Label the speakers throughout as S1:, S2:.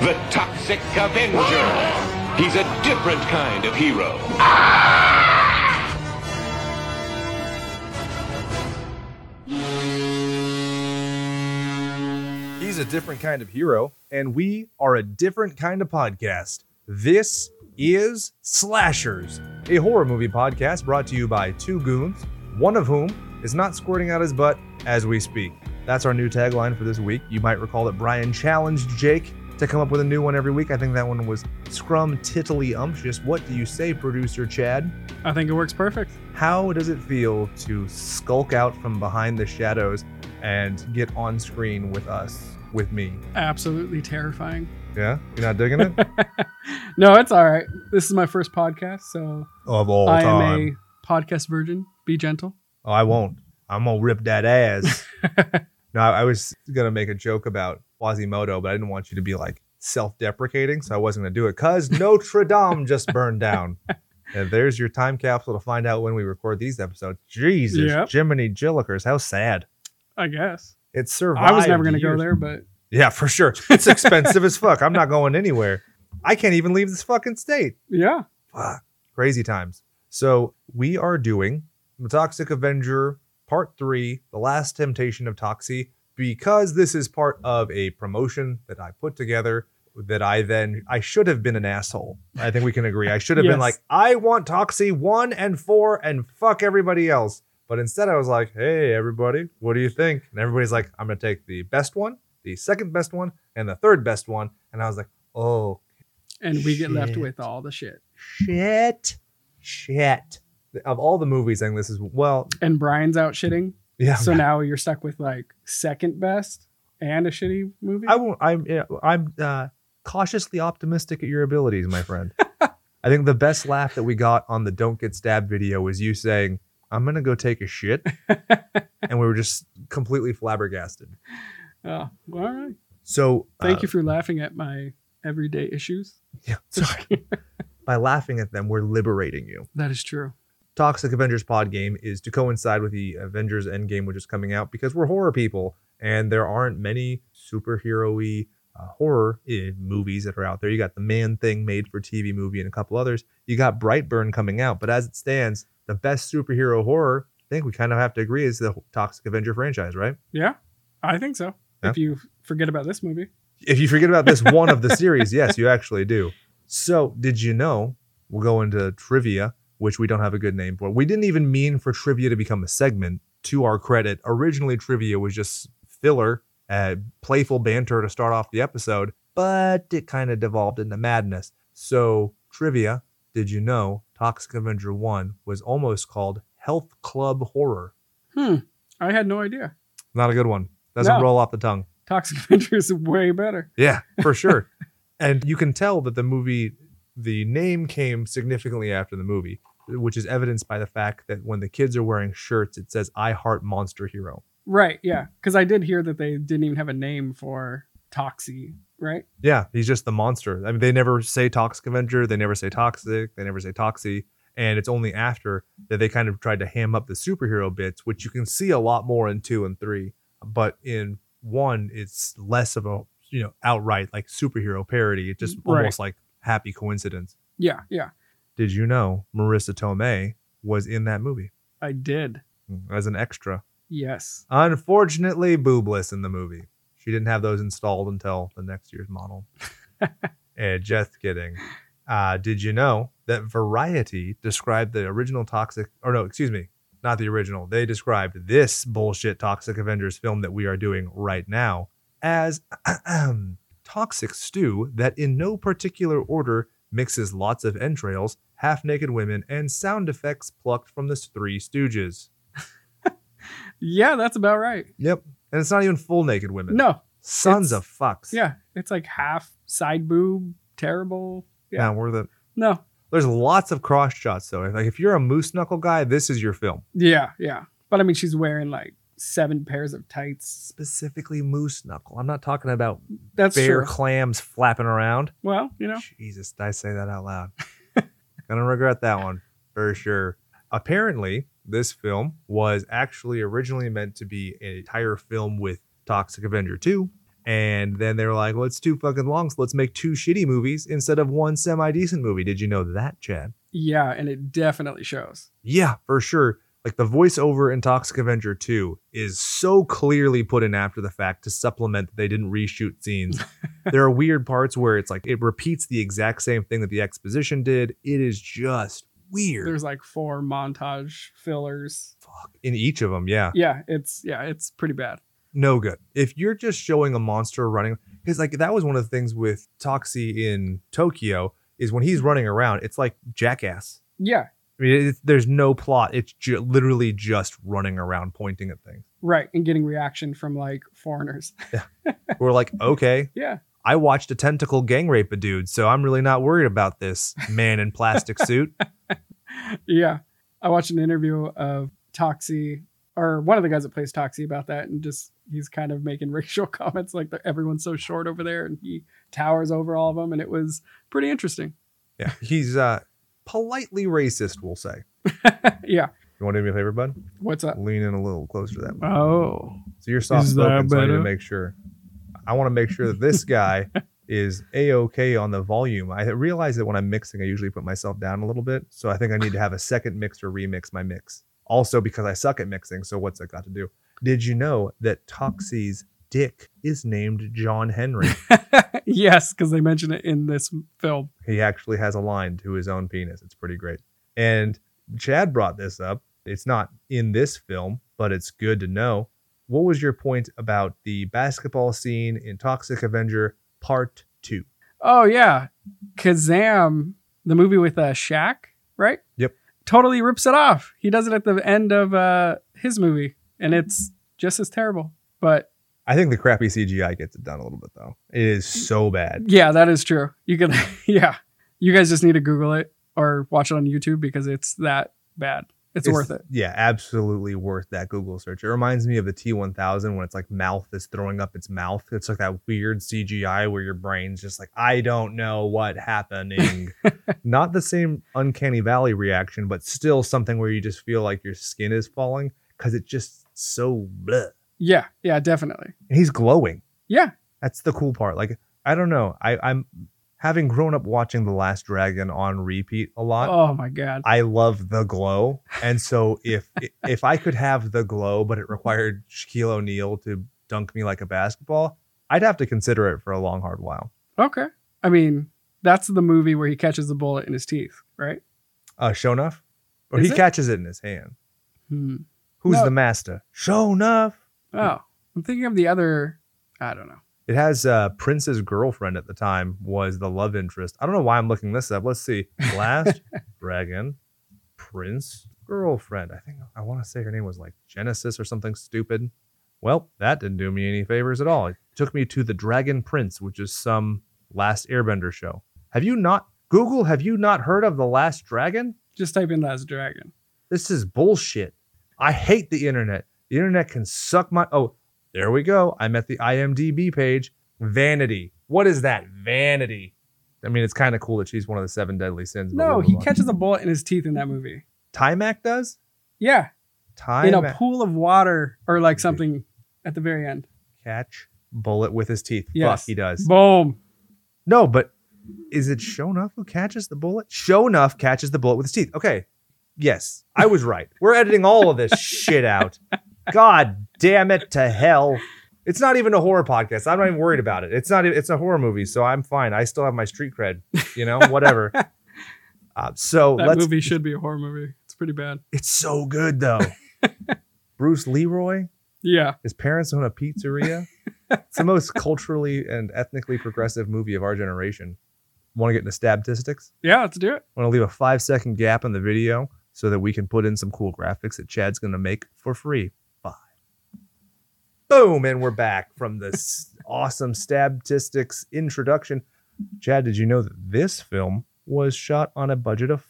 S1: the Toxic Avenger. He's a different kind of hero.
S2: He's a different kind of hero, and we are a different kind of podcast. This is Slashers, a horror movie podcast brought to you by two goons, one of whom is not squirting out his butt as we speak. That's our new tagline for this week. You might recall that Brian challenged Jake to come up with a new one every week. I think that one was Scrum Tittily Umptious. What do you say, producer Chad?
S3: I think it works perfect.
S2: How does it feel to skulk out from behind the shadows and get on screen with us, with me?
S3: Absolutely terrifying.
S2: Yeah? You're not digging it?
S3: no, it's all right. This is my first podcast, so
S2: of all
S3: I am
S2: time.
S3: a podcast virgin. Be gentle.
S2: Oh, I won't. I'm going to rip that ass. no, I I was going to make a joke about Quasimodo, but I didn't want you to be like self deprecating. So I wasn't going to do it because Notre Dame just burned down. And there's your time capsule to find out when we record these episodes. Jesus,
S3: Yep.
S2: Jiminy Jillikers. How sad.
S3: I guess
S2: It survived.
S3: I was never going to go
S2: years.
S3: there, but
S2: Yeah, for sure. It's expensive as fuck. I'm not going anywhere. I can't even leave this fucking state.
S3: yeah,
S2: Fuck. Crazy times. So we are doing The Toxic Avenger Part 3, The Last Temptation of Toxie, because this is part of a promotion that I put together that I then I should have been an asshole. I think we can agree. I should have been
S3: Yes.
S2: like, I want Toxie 1 and 4 and fuck everybody else. But instead I was like, hey everybody, what do you think? And everybody's like, I'm gonna take the best one, the second best one, and the third best one. And I was like, oh
S3: and we get left
S2: Shit.
S3: with all the shit.
S2: shit, shit. Of all the movies, I think this is well,
S3: And Brian's out shitting,
S2: yeah.
S3: so now you're stuck with like second best and a shitty movie.
S2: I won't. I'm yeah, I'm uh, cautiously optimistic at your abilities, my friend. I think the best laugh that we got on the "Don't Get Stabbed" video was you saying, "I'm gonna go take a shit," and we were just completely flabbergasted.
S3: oh, well, all right.
S2: So
S3: Thank
S2: uh,
S3: you for laughing at my everyday issues.
S2: Yeah, sorry. By laughing at them, we're liberating you.
S3: That is true.
S2: Toxic Avengers Pod game is to coincide with the Avengers Endgame, which is coming out because we're horror people and there aren't many superhero y uh, horror eh, movies that are out there. You got the Man Thing made for TV movie and a couple others. You got Brightburn coming out, but as it stands, the best superhero horror, I think we kind of have to agree, is the Toxic Avenger franchise, right?
S3: Yeah, I think so.
S2: Yeah.
S3: If you forget about this movie,
S2: If you forget about this one of the series, yes, you actually do. So, did you know? We'll go into trivia, which we don't have a good name for. We didn't even mean for trivia to become a segment. To our credit, originally trivia was just filler, uh, playful banter to start off the episode, but it kind of devolved into madness. So, trivia, did you know Toxic Avenger 1 was almost called Health Club Horror?
S3: hmm, I had no idea.
S2: Not a good one. Doesn't
S3: No.
S2: roll off the tongue.
S3: Toxic Avenger is way better.
S2: Yeah, for sure. and you can tell that the movie, the name came significantly after the movie, which is evidenced by the fact that when the kids are wearing shirts, it says "I Heart Monster Hero."
S3: Right, yeah. Because I did hear that they didn't even have a name for Toxie, right?
S2: Yeah, he's just the monster. I mean, they never say Toxic Avenger, they never say Toxic, they never say Toxie, and it's only after that they kind of tried to ham up the superhero bits, which you can see a lot more in two and three. But in one, it's less of a you know outright like superhero parody. It's just
S3: Right.
S2: almost like happy coincidence.
S3: Yeah, yeah.
S2: did you know Marissa Tomei was in that movie
S3: I did.
S2: as an extra?
S3: Yes.
S2: Unfortunately, boobless in the movie. She didn't have those installed until the next year's model. Eh, just kidding. Uh, did you know that Variety described the original Toxic, or no, excuse me, not the original. They described this bullshit Toxic Avengers film that we are doing right now as toxic stew that in no particular order mixes lots of entrails, half naked women, and sound effects plucked from the Three Stooges.
S3: Yeah, that's about right.
S2: Yep. And it's not even full naked women.
S3: No,
S2: Sons
S3: It's-
S2: of fucks.
S3: yeah. It's like half side boob, terrible.
S2: Yeah, we're the
S3: No.
S2: there's lots of cross shots though. Like if you're a moose knuckle guy, this is your film.
S3: Yeah, yeah. But I mean, she's wearing like seven pairs of tights.
S2: Specifically moose knuckle. I'm not talking about
S3: That's
S2: bear
S3: true.
S2: clams flapping around.
S3: Well, you know,
S2: Jesus, did I say that out loud? Gonna regret that one for sure. Apparently, this film was actually originally meant to be an entire film with Toxic Avenger 2, And then they were like, well, it's too fucking long, so let's make two shitty movies instead of one semi decent movie. Did you know that, Chad?
S3: Yeah, and it definitely shows.
S2: Yeah, for sure. Like the voiceover in Toxic Avenger 2 is so clearly put in after the fact to supplement that they didn't reshoot scenes. there are weird parts where it's like it repeats the exact same thing that the exposition did. It is just weird.
S3: There's like four montage fillers.
S2: Fuck. In each of them, yeah.
S3: Yeah, it's yeah, it's pretty bad.
S2: no good. If you're just showing a monster running, because like that was one of the things with Toxie in Tokyo is when he's running around, it's like jackass.
S3: Yeah,
S2: I mean, it's, there's no plot. It's ju- literally just running around pointing at things.
S3: right. And getting reaction from like foreigners.
S2: We're like, okay,
S3: Yeah,
S2: I watched a tentacle gang rape a dude, so I'm really not worried about this man in plastic suit.
S3: yeah. I watched an interview of Toxie or one of the guys that plays Toxie about that, and just he's kind of making racial comments like that everyone's so short over there, and he towers over all of them, and it was pretty interesting.
S2: Yeah, he's uh, politely racist, we'll say.
S3: yeah,
S2: You want to do me a favor, bud?
S3: what's up?
S2: Lean in a little closer to that. mic.
S3: Oh,
S2: So you're soft spoken,
S3: that
S2: so I need to
S3: better?
S2: make sure. I want to make sure that this guy is a okay on the volume. I realize that when I'm mixing, I usually put myself down a little bit. So I think I need to have a second mixer remix my mix. Also, because I suck at mixing, so what's that got to do? Did you know that Toxie's dick is named John Henry?
S3: yes, because they mention it in this film.
S2: he actually has a line to his own penis. It's pretty great. And Chad brought this up. It's not in this film, but it's good to know. What was your point about the basketball scene in Toxic Avenger Part 2?
S3: Oh yeah, Kazam, the movie with uh, Shaq, right?
S2: Yep.
S3: Totally rips it off. He does it at the end of uh, his movie, and it's just as terrible. But
S2: I think the crappy CGI gets it done a little bit, though. It is so bad.
S3: yeah, that is true. You can, yeah, you guys just need to Google it or watch it on YouTube because it's that bad. It's, worth it.
S2: Yeah, absolutely worth that Google search. It reminds me of the T1000 when it's like mouth is throwing up its mouth. It's like that weird CGI where your brain's just like, I don't know what happening. Not the same uncanny valley reaction, but still something where you just feel like your skin is falling because it's just so bleh.
S3: Yeah, yeah, definitely.
S2: And he's glowing.
S3: Yeah,
S2: That's the cool part. Like, I don't know. I, I'm having grown up watching The Last Dragon on repeat a lot.
S3: oh my god.
S2: I love the glow, and so if if I could have the glow, but it required Shaquille O'Neal to dunk me like a basketball, I'd have to consider it for a long, hard while.
S3: Okay, I mean that's the movie where he catches the bullet in his teeth, right?
S2: Uh, Shonuff, or
S3: Is
S2: he
S3: it?
S2: catches it in his hand.
S3: Hmm.
S2: Who's
S3: No.
S2: the master? Shonuff.
S3: Oh, I'm thinking of the other. I don't know.
S2: It has uh, Prince's girlfriend at the time was the love interest. I don't know why I'm looking this up. Let's see. Last Dragon, Prince girlfriend. I think I want to say her name was like Genesis or something stupid. Well, that didn't do me any favors at all. It took me to the Dragon Prince, which is some Last Airbender show. Have you not Google? Have you not heard of the Last Dragon?
S3: Just type in Last Dragon.
S2: This is bullshit. I hate the internet. The internet can suck my. Oh, there we go. I'm at the IMDb page. Vanity. What is that? Vanity. I mean, it's kind of cool that she's one of the seven deadly sins. but
S3: No,
S2: we'll
S3: he
S2: move on.
S3: catches a bullet in his teeth in that movie.
S2: Timac does.
S3: Yeah, in a
S2: Timac
S3: pool of water or like something at the very end.
S2: catch bullet with his teeth.
S3: Yes.
S2: Fuck, he does.
S3: Boom.
S2: No, but is it Shonuff who catches the bullet? Shonuff catches the bullet with his teeth. Okay. Yes, I was right. We're editing all of this shit out. God damn it to hell. It's not even a horror podcast. I'm not even worried about it. It's not e-, it's a horror movie, so I'm fine. I still have my street cred, you know, whatever. Uh, so
S3: That
S2: let's
S3: movie should be a horror movie. It's pretty bad.
S2: it's so good though. Bruce Leroy,
S3: Yeah.
S2: his parents own a pizzeria. it's the most culturally and ethnically progressive movie of our generation. Want to get into statistics?
S3: Yeah, let's do it.
S2: I'm going to leave a five second gap in the video so that we can put in some cool graphics that Chad's going to make for free. Bye. Boom. And we're back from this awesome statistics introduction. Chad, did you know that this film was shot on a budget of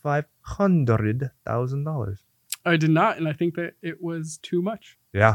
S2: $500,000?
S3: I did not, and I think that it was too much.
S2: Yeah,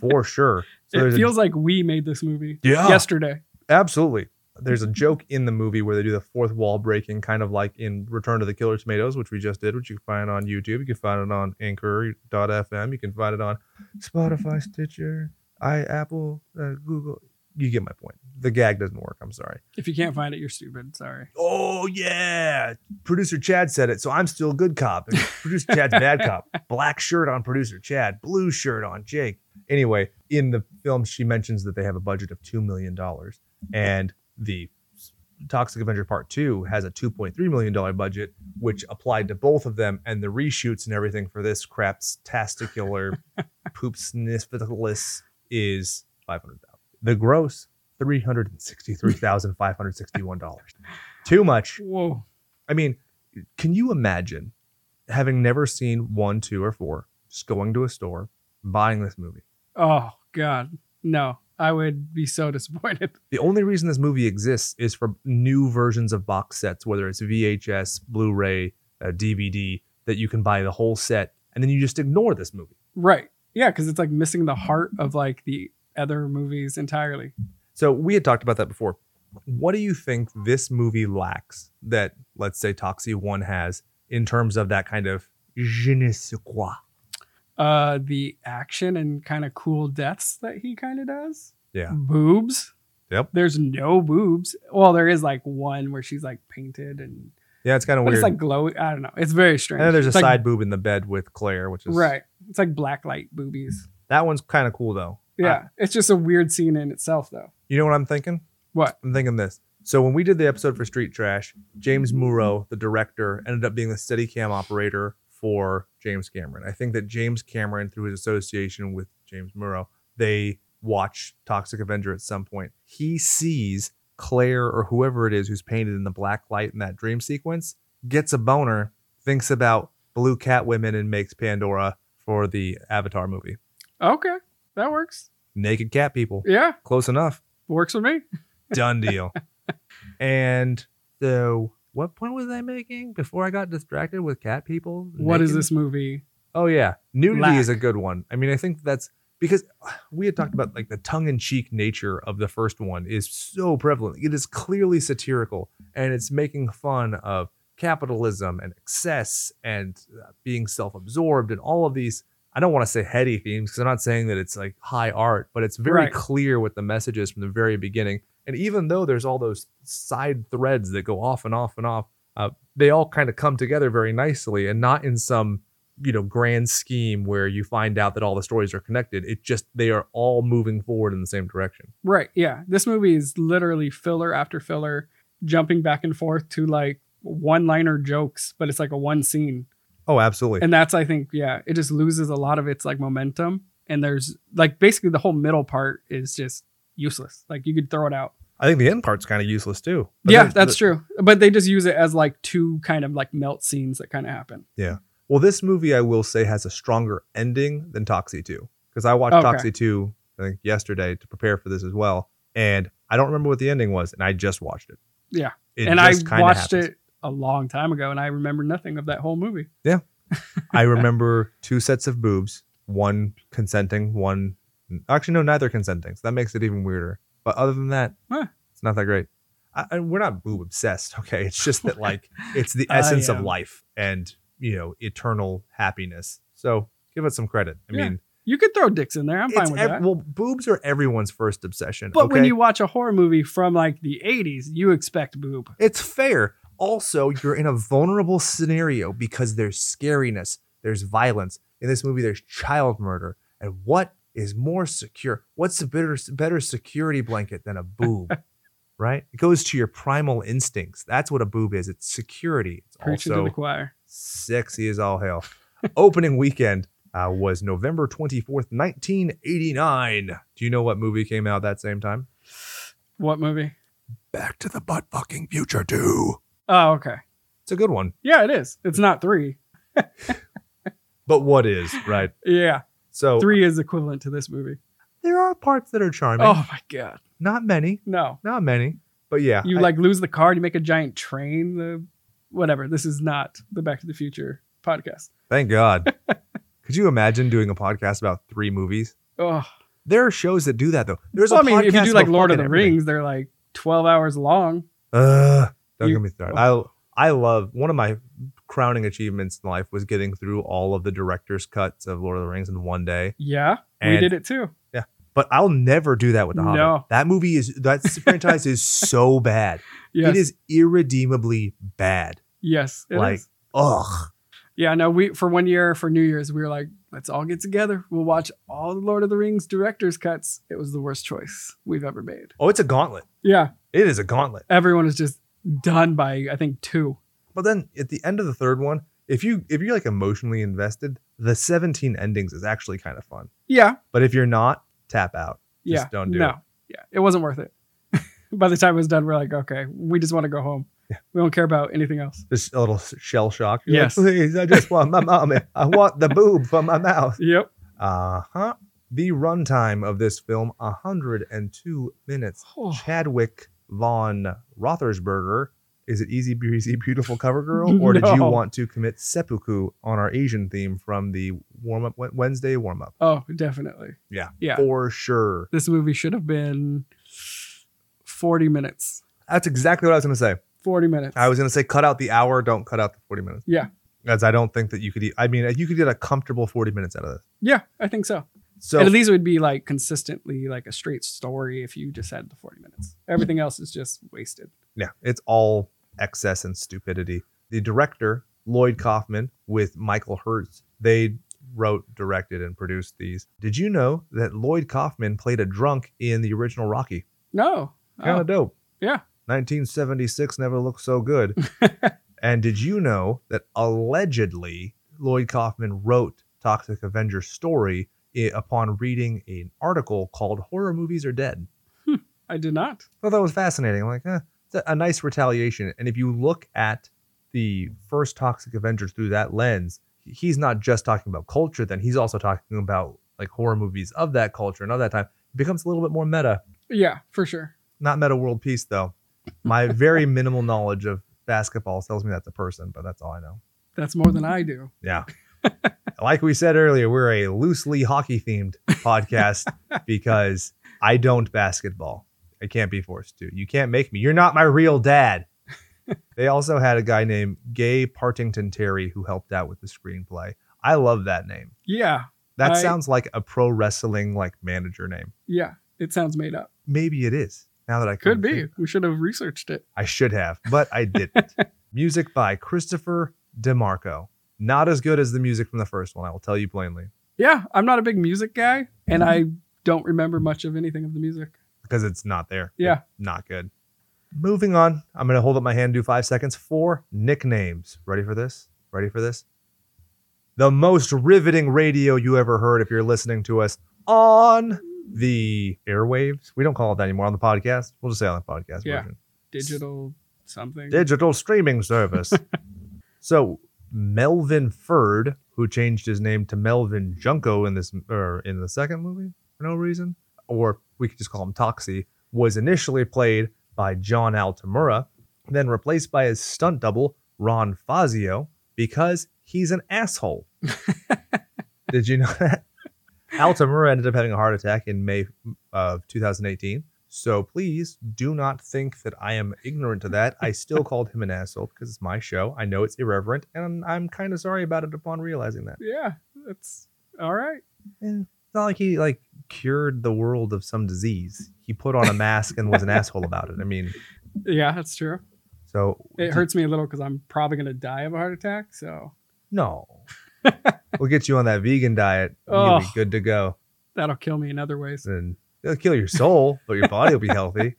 S2: for sure. So
S3: it
S2: there's a-
S3: feels like we made this movie
S2: yeah.
S3: yesterday.
S2: Absolutely. There's a joke in the movie where they do the fourth wall breaking, kind of like in Return to the Killer Tomatoes, which we just did, which you can find on YouTube. You can find it on Anchor.fm. You can find it on Spotify, Stitcher, i Apple, uh, Google. you get my point. The gag doesn't work. I'm sorry.
S3: If you can't find it, you're stupid. Sorry.
S2: Oh yeah, producer Chad said it, so I'm still good cop. And producer Chad's bad cop. Black shirt on producer Chad, blue shirt on Jake. Anyway, in the film, she mentions that they have a budget of two million dollars, and the Toxic Avenger Part Two has a two point three million dollar budget, which applied to both of them, and the reshoots and everything for this crap's testicular poop sniffitless is five hundred thousand. The gross three hundred and sixty three thousand five hundred sixty one dollars. Too much.
S3: Whoa.
S2: I mean, can you imagine having never seen one, two, or four, just going to a store, buying this movie?
S3: Oh God. No. I would be so disappointed.
S2: The only reason this movie exists is for new versions of box sets, whether it's VHS, Blu ray, uh, DVD, that you can buy the whole set and then you just ignore this movie.
S3: Right. Yeah, because it's like missing the heart of like the other movies entirely.
S2: So we had talked about that before. What do you think this movie lacks that, let's say, Toxie 1 has in terms of that kind of je ne sais quoi?
S3: Uh the action and kind of cool deaths that he kind of does.
S2: Yeah.
S3: Boobs.
S2: Yep.
S3: There's no boobs. Well, there is like one where she's like painted and
S2: Yeah, it's kind of
S3: but
S2: weird.
S3: it's like glowy. I don't know. It's very strange.
S2: and then there's a
S3: It's, like,
S2: side boob in the bed with Claire, which is
S3: Right. It's like blacklight boobies.
S2: That one's kind of cool though.
S3: Yeah.
S2: Uh,
S3: it's just a weird scene in itself though.
S2: you know what I'm thinking?
S3: What?
S2: I'm thinking this. So when we did the episode for Street Trash, James Muro, the director, ended up being the Steadicam operator for James Cameron. I think that James Cameron, through his association with James Muro, they watch Toxic Avenger at some point. He sees Claire or whoever it is who's painted in the black light in that dream sequence, gets a boner, thinks about blue cat women, and makes Pandora for the Avatar movie.
S3: Okay. That works.
S2: Naked cat people.
S3: Yeah.
S2: Close enough.
S3: Works for me.
S2: Done deal. and so, what point was I making before I got distracted with cat people?
S3: What is
S2: naked?
S3: this movie?
S2: Oh yeah, nudity
S3: Lack.
S2: is a good one. I mean, I think that's because we had talked about like the tongue-in-cheek nature of the first one is so prevalent. It is clearly satirical, and it's making fun of capitalism and excess and uh, being self-absorbed and all of these. I don't want to say heady themes because I'm not saying that it's like high art, but it's very
S3: Right.
S2: clear what the message is from the very beginning. And even though there's all those side threads that go off and off and off, uh, they all kind of come together very nicely and not in some you know grand scheme where you find out that all the stories are connected it just they are all moving forward in the same direction
S3: Right. Yeah. This movie is literally filler after filler, jumping back and forth to like one liner jokes, but it's like a one scene.
S2: oh absolutely
S3: And that's, I think, yeah, it just loses a lot of its like momentum. And there's like basically the whole middle part is just useless. Like you could throw it out.
S2: i think the end part's kind of useless too
S3: yeah, that's true. But they just use it as like two kind of like melt scenes that kind of happen.
S2: well this movie i will say has a stronger ending than toxie 2 because i watched
S3: Okay.
S2: toxie 2 i think yesterday to prepare for this as well and i don't remember what the ending was and i just watched it
S3: Yeah.
S2: It
S3: and I
S2: just kinda
S3: watched
S2: happens.
S3: it a long time ago and I remember nothing of that whole movie.
S2: I remember two sets of boobs, one consenting, one actually no, neither consenting. So that makes it even weirder. But other than that,
S3: Huh.
S2: it's not that great. I, and we're not boob obsessed, okay? It's just that like it's the
S3: I
S2: essence of
S3: am.
S2: life and you know eternal happiness. So give it some credit. I
S3: Yeah,
S2: mean,
S3: You could throw dicks in there. I'm fine
S2: it's
S3: with
S2: ev-
S3: that.
S2: well, boobs are everyone's first obsession.
S3: But when
S2: okay?
S3: you watch a horror movie from like the 80s, you expect boob.
S2: It's fair. Also, you're in a vulnerable scenario because there's scariness, there's violence. In this movie, there's child murder. And what is more secure? What's a better, better security blanket than a boob? right? It goes to your primal instincts. That's what a boob is. It's security. It's
S3: Preaching
S2: also
S3: to the choir.
S2: sexy as all hell. Opening weekend uh, was November 24th, 1989. Do you know what movie came out that same time?
S3: What movie?
S2: Back to the butt fucking future 2.
S3: Oh, okay.
S2: It's a good one.
S3: Yeah, it is. It's not three.
S2: but what is right
S3: Yeah,
S2: so
S3: three is equivalent to this movie.
S2: there are parts that are charming
S3: oh my god,
S2: not many
S3: no!
S2: not many but yeah
S3: You
S2: I-
S3: like lose the car, and you make a giant train. The whatever. This is not the Back to the Future podcast.
S2: thank god could you imagine doing a podcast about three movies
S3: Oh,
S2: there are shows that do that though there's
S3: well, I
S2: a
S3: mean, if you
S2: podcast
S3: do like
S2: about
S3: Lord of
S2: fucking
S3: the
S2: everything.
S3: Rings, they're like twelve hours long.
S2: Ugh, don't
S3: You-
S2: get me started. I I love one of my crowning achievements in life was getting through all of the director's cuts of Lord of the Rings in one day.
S3: Yeah, we
S2: And-
S3: did it too.
S2: But I'll never do that with the Hobbit.
S3: No.
S2: That movie is that franchise is so bad.
S3: Yes.
S2: It is irredeemably bad.
S3: Yes. it
S2: like
S3: is.
S2: ugh.
S3: Yeah, no, we for one year for New Year's, we were like, let's all get together. We'll watch all the Lord of the Rings director's cuts. It was the worst choice we've ever made.
S2: Oh, it's a gauntlet.
S3: Yeah.
S2: It is a gauntlet.
S3: Everyone is just done by I think two.
S2: But then at the end of the third one, if you if you're like emotionally invested, the 17 endings is actually kind of fun.
S3: Yeah.
S2: But if you're not, tap out.
S3: Yeah.
S2: Just don't do
S3: no.
S2: it.
S3: Yeah. It wasn't worth it. by the time it was done, we're like, okay, we just want to go home. We don't care about anything else.
S2: Just a little shell shock. You're
S3: Yes.
S2: Like, Please, I just want my mommy. I want the boob for my mouth.
S3: Yep.
S2: Uh huh. The runtime of this film: 102 minutes.
S3: Oh.
S2: Chadwick von Rothersberger. Is it easy breezy beautiful cover girl, or did you
S3: No.
S2: want to commit seppuku on our Asian theme from the warm up Wednesday warm up?
S3: Oh, definitely.
S2: Yeah.
S3: Yeah.
S2: for sure.
S3: This movie should have been 40 minutes.
S2: That's exactly what I was going to say.
S3: 40 minutes.
S2: I was going to say cut out the hour, don't cut out the 40 minutes.
S3: Yeah.
S2: As I don't think that you could. e- I mean, you could get a comfortable 40 minutes out of this.
S3: yeah, I think so.
S2: So
S3: and at least it would be like consistently like a straight story if you just had the 40 minutes. Everything else is just wasted.
S2: Yeah, it's all excess and stupidity. The director, Lloyd Kaufman, with Michael Hertz, they wrote, directed, and produced these. Did you know that Lloyd Kaufman played a drunk in the original Rocky?
S3: No.
S2: Kind of dope.
S3: Oh, yeah.
S2: 1976 never looked so good. and did you know that allegedly Lloyd Kaufman wrote Toxic Avenger story i- upon reading an article called Horror Movies Are Dead?
S3: I did not.
S2: thought that was fascinating. I'm like, eh, it's a, a nice retaliation. And if you look at the first Toxic Avengers through that lens, he's not just talking about culture. Then he's also talking about like horror movies of that culture and of that time. It becomes a little bit more meta.
S3: Yeah, for sure.
S2: Not meta world peace though. My very minimal knowledge of basketball tells me that's a person, but that's all I know.
S3: That's more than I do.
S2: Yeah. like we said earlier, we're a loosely hockey themed podcast because I don't basketball. I can't be forced to. You can't make me. You're not my real dad. they also had a guy named Gay Partington Terry who helped out with the screenplay. I love that name.
S3: Yeah.
S2: That
S3: I-
S2: sounds like a pro wrestling like manager name.
S3: Yeah. It sounds made up.
S2: Maybe it is. Now that I
S3: Could
S2: come to
S3: be.
S2: think-
S3: We should have researched it.
S2: I should have, but I didn't. music by Christopher DeMarco. Not as good as the music from the first one, I will tell you plainly.
S3: Yeah, I'm not a big music guy and I don't remember much of anything of the music.
S2: because it's not there.
S3: Yeah.
S2: It's not good. Moving on, I'm going to hold up my hand, do five seconds. Four nicknames. Ready for this? Ready for this? The most riveting radio you ever heard if you're listening to us on the airwaves. We don't call it that anymore on the podcast. We'll just say on the podcast
S3: Yeah.
S2: version.
S3: Digital something.
S2: Digital streaming service. so Melvin Ferd, who changed his name to Melvin Junko in this or in the second movie for no reason, or we could just call him Toxie, was initially played by John Altamura, then replaced by his stunt double Ron Fazio because he's an asshole. Did you know that? Altamura ended up having a heart attack in May of 2018. So please do not think that I am ignorant to that. I still called him an asshole because it's my show. I know it's irreverent, and I'm kind of sorry about it upon realizing that.
S3: yeah, that's all right.
S2: Eh, It's not like he like cured the world of some disease. He put on a mask and was an asshole about it. I mean,
S3: Yeah, that's true.
S2: so
S3: It hurts me a little because I'm probably going to die of a heart attack. So
S2: No, we'll get you on that vegan diet. You'll be
S3: Oh.
S2: good to go,
S3: that'll kill me in other ways.
S2: and it'll kill your soul, but your body will be healthy.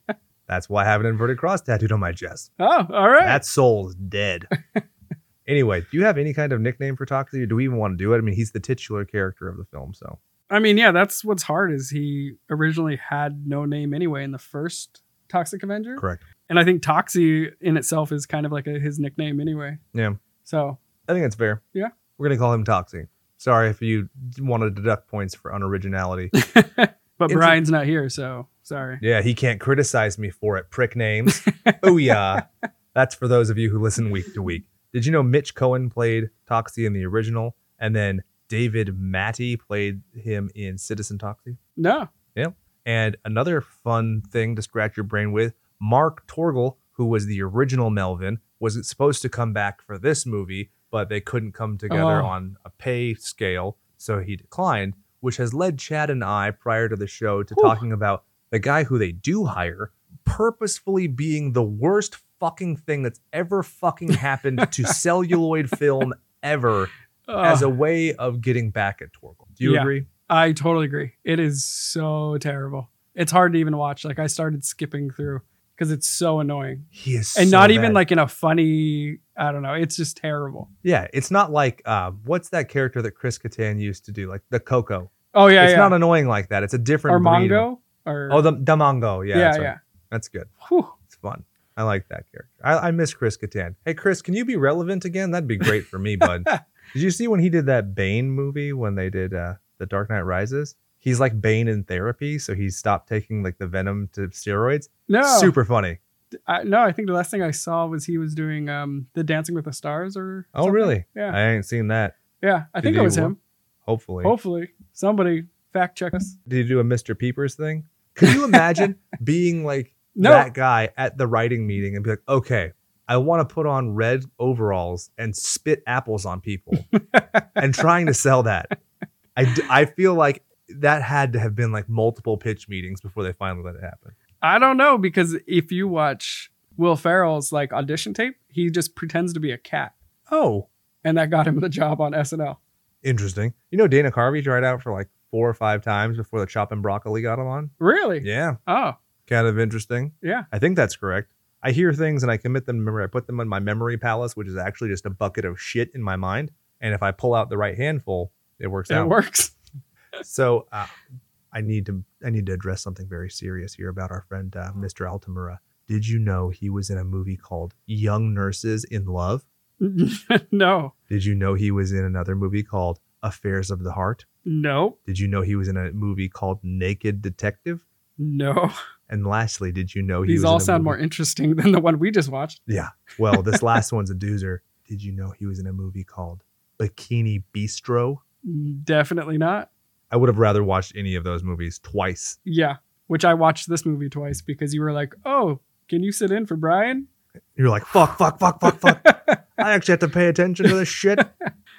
S2: That's why I have an inverted cross tattooed on my chest.
S3: Oh, all right.
S2: That soul's dead. anyway, do you have any kind of nickname for Toxie? Or do we even want to do it? I mean, he's the titular character of the film, so
S3: I mean, yeah, that's what's hard is he originally had no name anyway in the first Toxic Avenger.
S2: correct.
S3: And I think Toxie in itself is kind of like a, his nickname anyway.
S2: Yeah,
S3: So
S2: I think that's fair.
S3: Yeah.
S2: we're gonna call him Toxie. Sorry if you want to deduct points for unoriginality.
S3: but
S2: It's-
S3: Brian's not here, so sorry.
S2: yeah, he can't criticize me for it. Prick names. oh yeah, that's for those of you who listen week to week. Did you know Mitch Cohen played Toxie in the original, and then David Matty played him in Citizen Toxie?
S3: No.
S2: And another fun thing to scratch your brain with Mark Torgel, who was the original Melvin, was supposed to come back for this movie, but they couldn't come together
S3: Oh.
S2: on a pay scale. So he declined, which has led Chad and I prior to the show to
S3: Whew.
S2: talking about the guy who they do hire purposefully being the worst fucking thing that's ever fucking happened to celluloid film ever as
S3: Ugh,
S2: a way of getting back at Torkel. Do you
S3: Yeah.
S2: agree?
S3: I totally agree. It is so terrible. It's hard to even watch. Like I started skipping through because it's so annoying.
S2: He is
S3: And
S2: so
S3: not even
S2: bad.
S3: like in a funny, I don't know. It's just terrible.
S2: yeah, it's not like uh, what's that character that Chris Kattan used to do, like the Coco.
S3: Oh yeah,
S2: it's
S3: yeah.
S2: not annoying like that. It's a different
S3: or
S2: breed. of-
S3: Mongo or
S2: Oh, the, the Mongo. Yeah,
S3: yeah,
S2: that's, right.
S3: yeah.
S2: that's good.
S3: Whew.
S2: It's fun. I like that character. I, I miss Chris Kattan. Hey, Chris, can you be relevant again? That'd be great for me, bud. did you see when he did that Bane movie when they did uh, the Dark Knight Rises? He's like Bane in therapy, so he stopped taking like the venom to steroids.
S3: No,
S2: Super funny.
S3: I, no, I think the last thing I saw was he was doing um the Dancing with the Stars or.
S2: Oh,
S3: something.
S2: really?
S3: Yeah,
S2: I ain't seen that.
S3: yeah. I think
S2: Did
S3: it
S2: he
S3: was
S2: wa-
S3: him.
S2: Hopefully.
S3: Hopefully, somebody fact check us.
S2: Did you do a Mr. Peepers thing? Could you imagine being like
S3: No,
S2: that guy at the writing meeting and be like, okay, I want to put on red overalls and spit apples on people and trying to sell that. I, d- I feel like that had to have been like multiple pitch meetings before they finally let it happen.
S3: I don't know because if you watch Will Ferrell's like audition tape, he just pretends to be a cat,
S2: Oh,
S3: and that got him the job on SNL.
S2: interesting. You know, Dana Carvey tried out for like four or five times before the chopping broccoli got him on.
S3: Really?
S2: Yeah,
S3: Oh,
S2: kind of interesting.
S3: yeah.
S2: I think that's correct. I hear things and I commit them to memory. I put them in my memory palace, which is actually just a bucket of shit in my mind. And if I pull out the right handful, it works
S3: It
S2: out.
S3: works.
S2: So uh, I need to I need to address something very serious here about our friend uh, Mr. Altamura. Did you know he was in a movie called Young Nurses in Love?
S3: no,
S2: Did you know he was in another movie called Affairs of the Heart?
S3: no,
S2: Did you know he was in a movie called Naked Detective?
S3: no.
S2: And lastly, did you know he
S3: These
S2: was
S3: all
S2: in a
S3: sound
S2: movie-
S3: more interesting than the one we just watched.
S2: Yeah. Well, this last one's a doozer. Did you know he was in a movie called Bikini Bistro?
S3: Definitely not.
S2: I would have rather watched any of those movies twice.
S3: Yeah, which I watched this movie twice because you were like, "Oh, can you sit in for Brian?"
S2: You're like, fuck, fuck, fuck, fuck, fuck. I actually have to pay attention to this shit.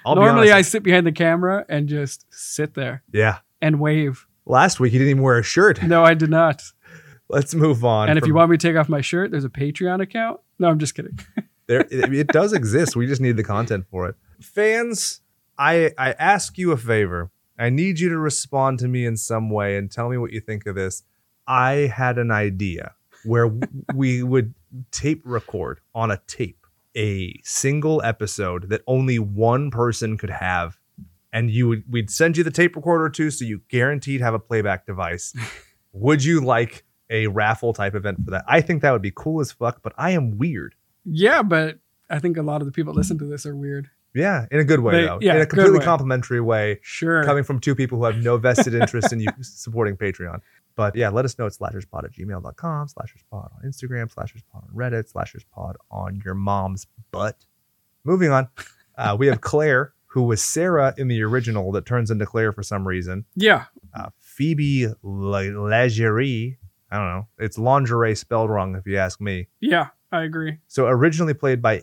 S2: I'll
S3: Normally,
S2: be
S3: I
S2: honest.
S3: sit behind the camera and just sit there
S2: Yeah.
S3: and wave.
S2: Last week he didn't even wear a shirt.
S3: No, I did not.
S2: Let's move on.
S3: and if
S2: from-
S3: you want me to take off my shirt, there's a Patreon account. No, I'm just kidding.
S2: there, it, it does exist. We just need the content for it. Fans, I I ask you a favor. I need you to respond to me in some way and tell me what you think of this. I had an idea where we would tape record on a tape a single episode that only one person could have and you would we'd send you the tape recorder too so you guaranteed have a playback device. would you like a raffle type event for that? I think that would be cool as fuck, but I am weird.
S3: Yeah, but I think a lot of the people that listen to this are weird.
S2: Yeah, in a good way
S3: They-
S2: though.
S3: yeah,
S2: in a
S3: good
S2: completely
S3: way.
S2: complimentary way,
S3: Sure.
S2: coming from two people who have no vested interest in you supporting Patreon. But yeah, let us know at slasherspod at gmail.com, slasherspod on Instagram, slasherspod on Reddit, slasherspod on your mom's butt. Moving on, uh, we have Claire, who was Sarah in the original that turns into Claire for some reason.
S3: Yeah.
S2: Uh, Phoebe Le- Lingerie, I don't know, it's lingerie spelled wrong if you ask me.
S3: Yeah, I agree.
S2: So originally played by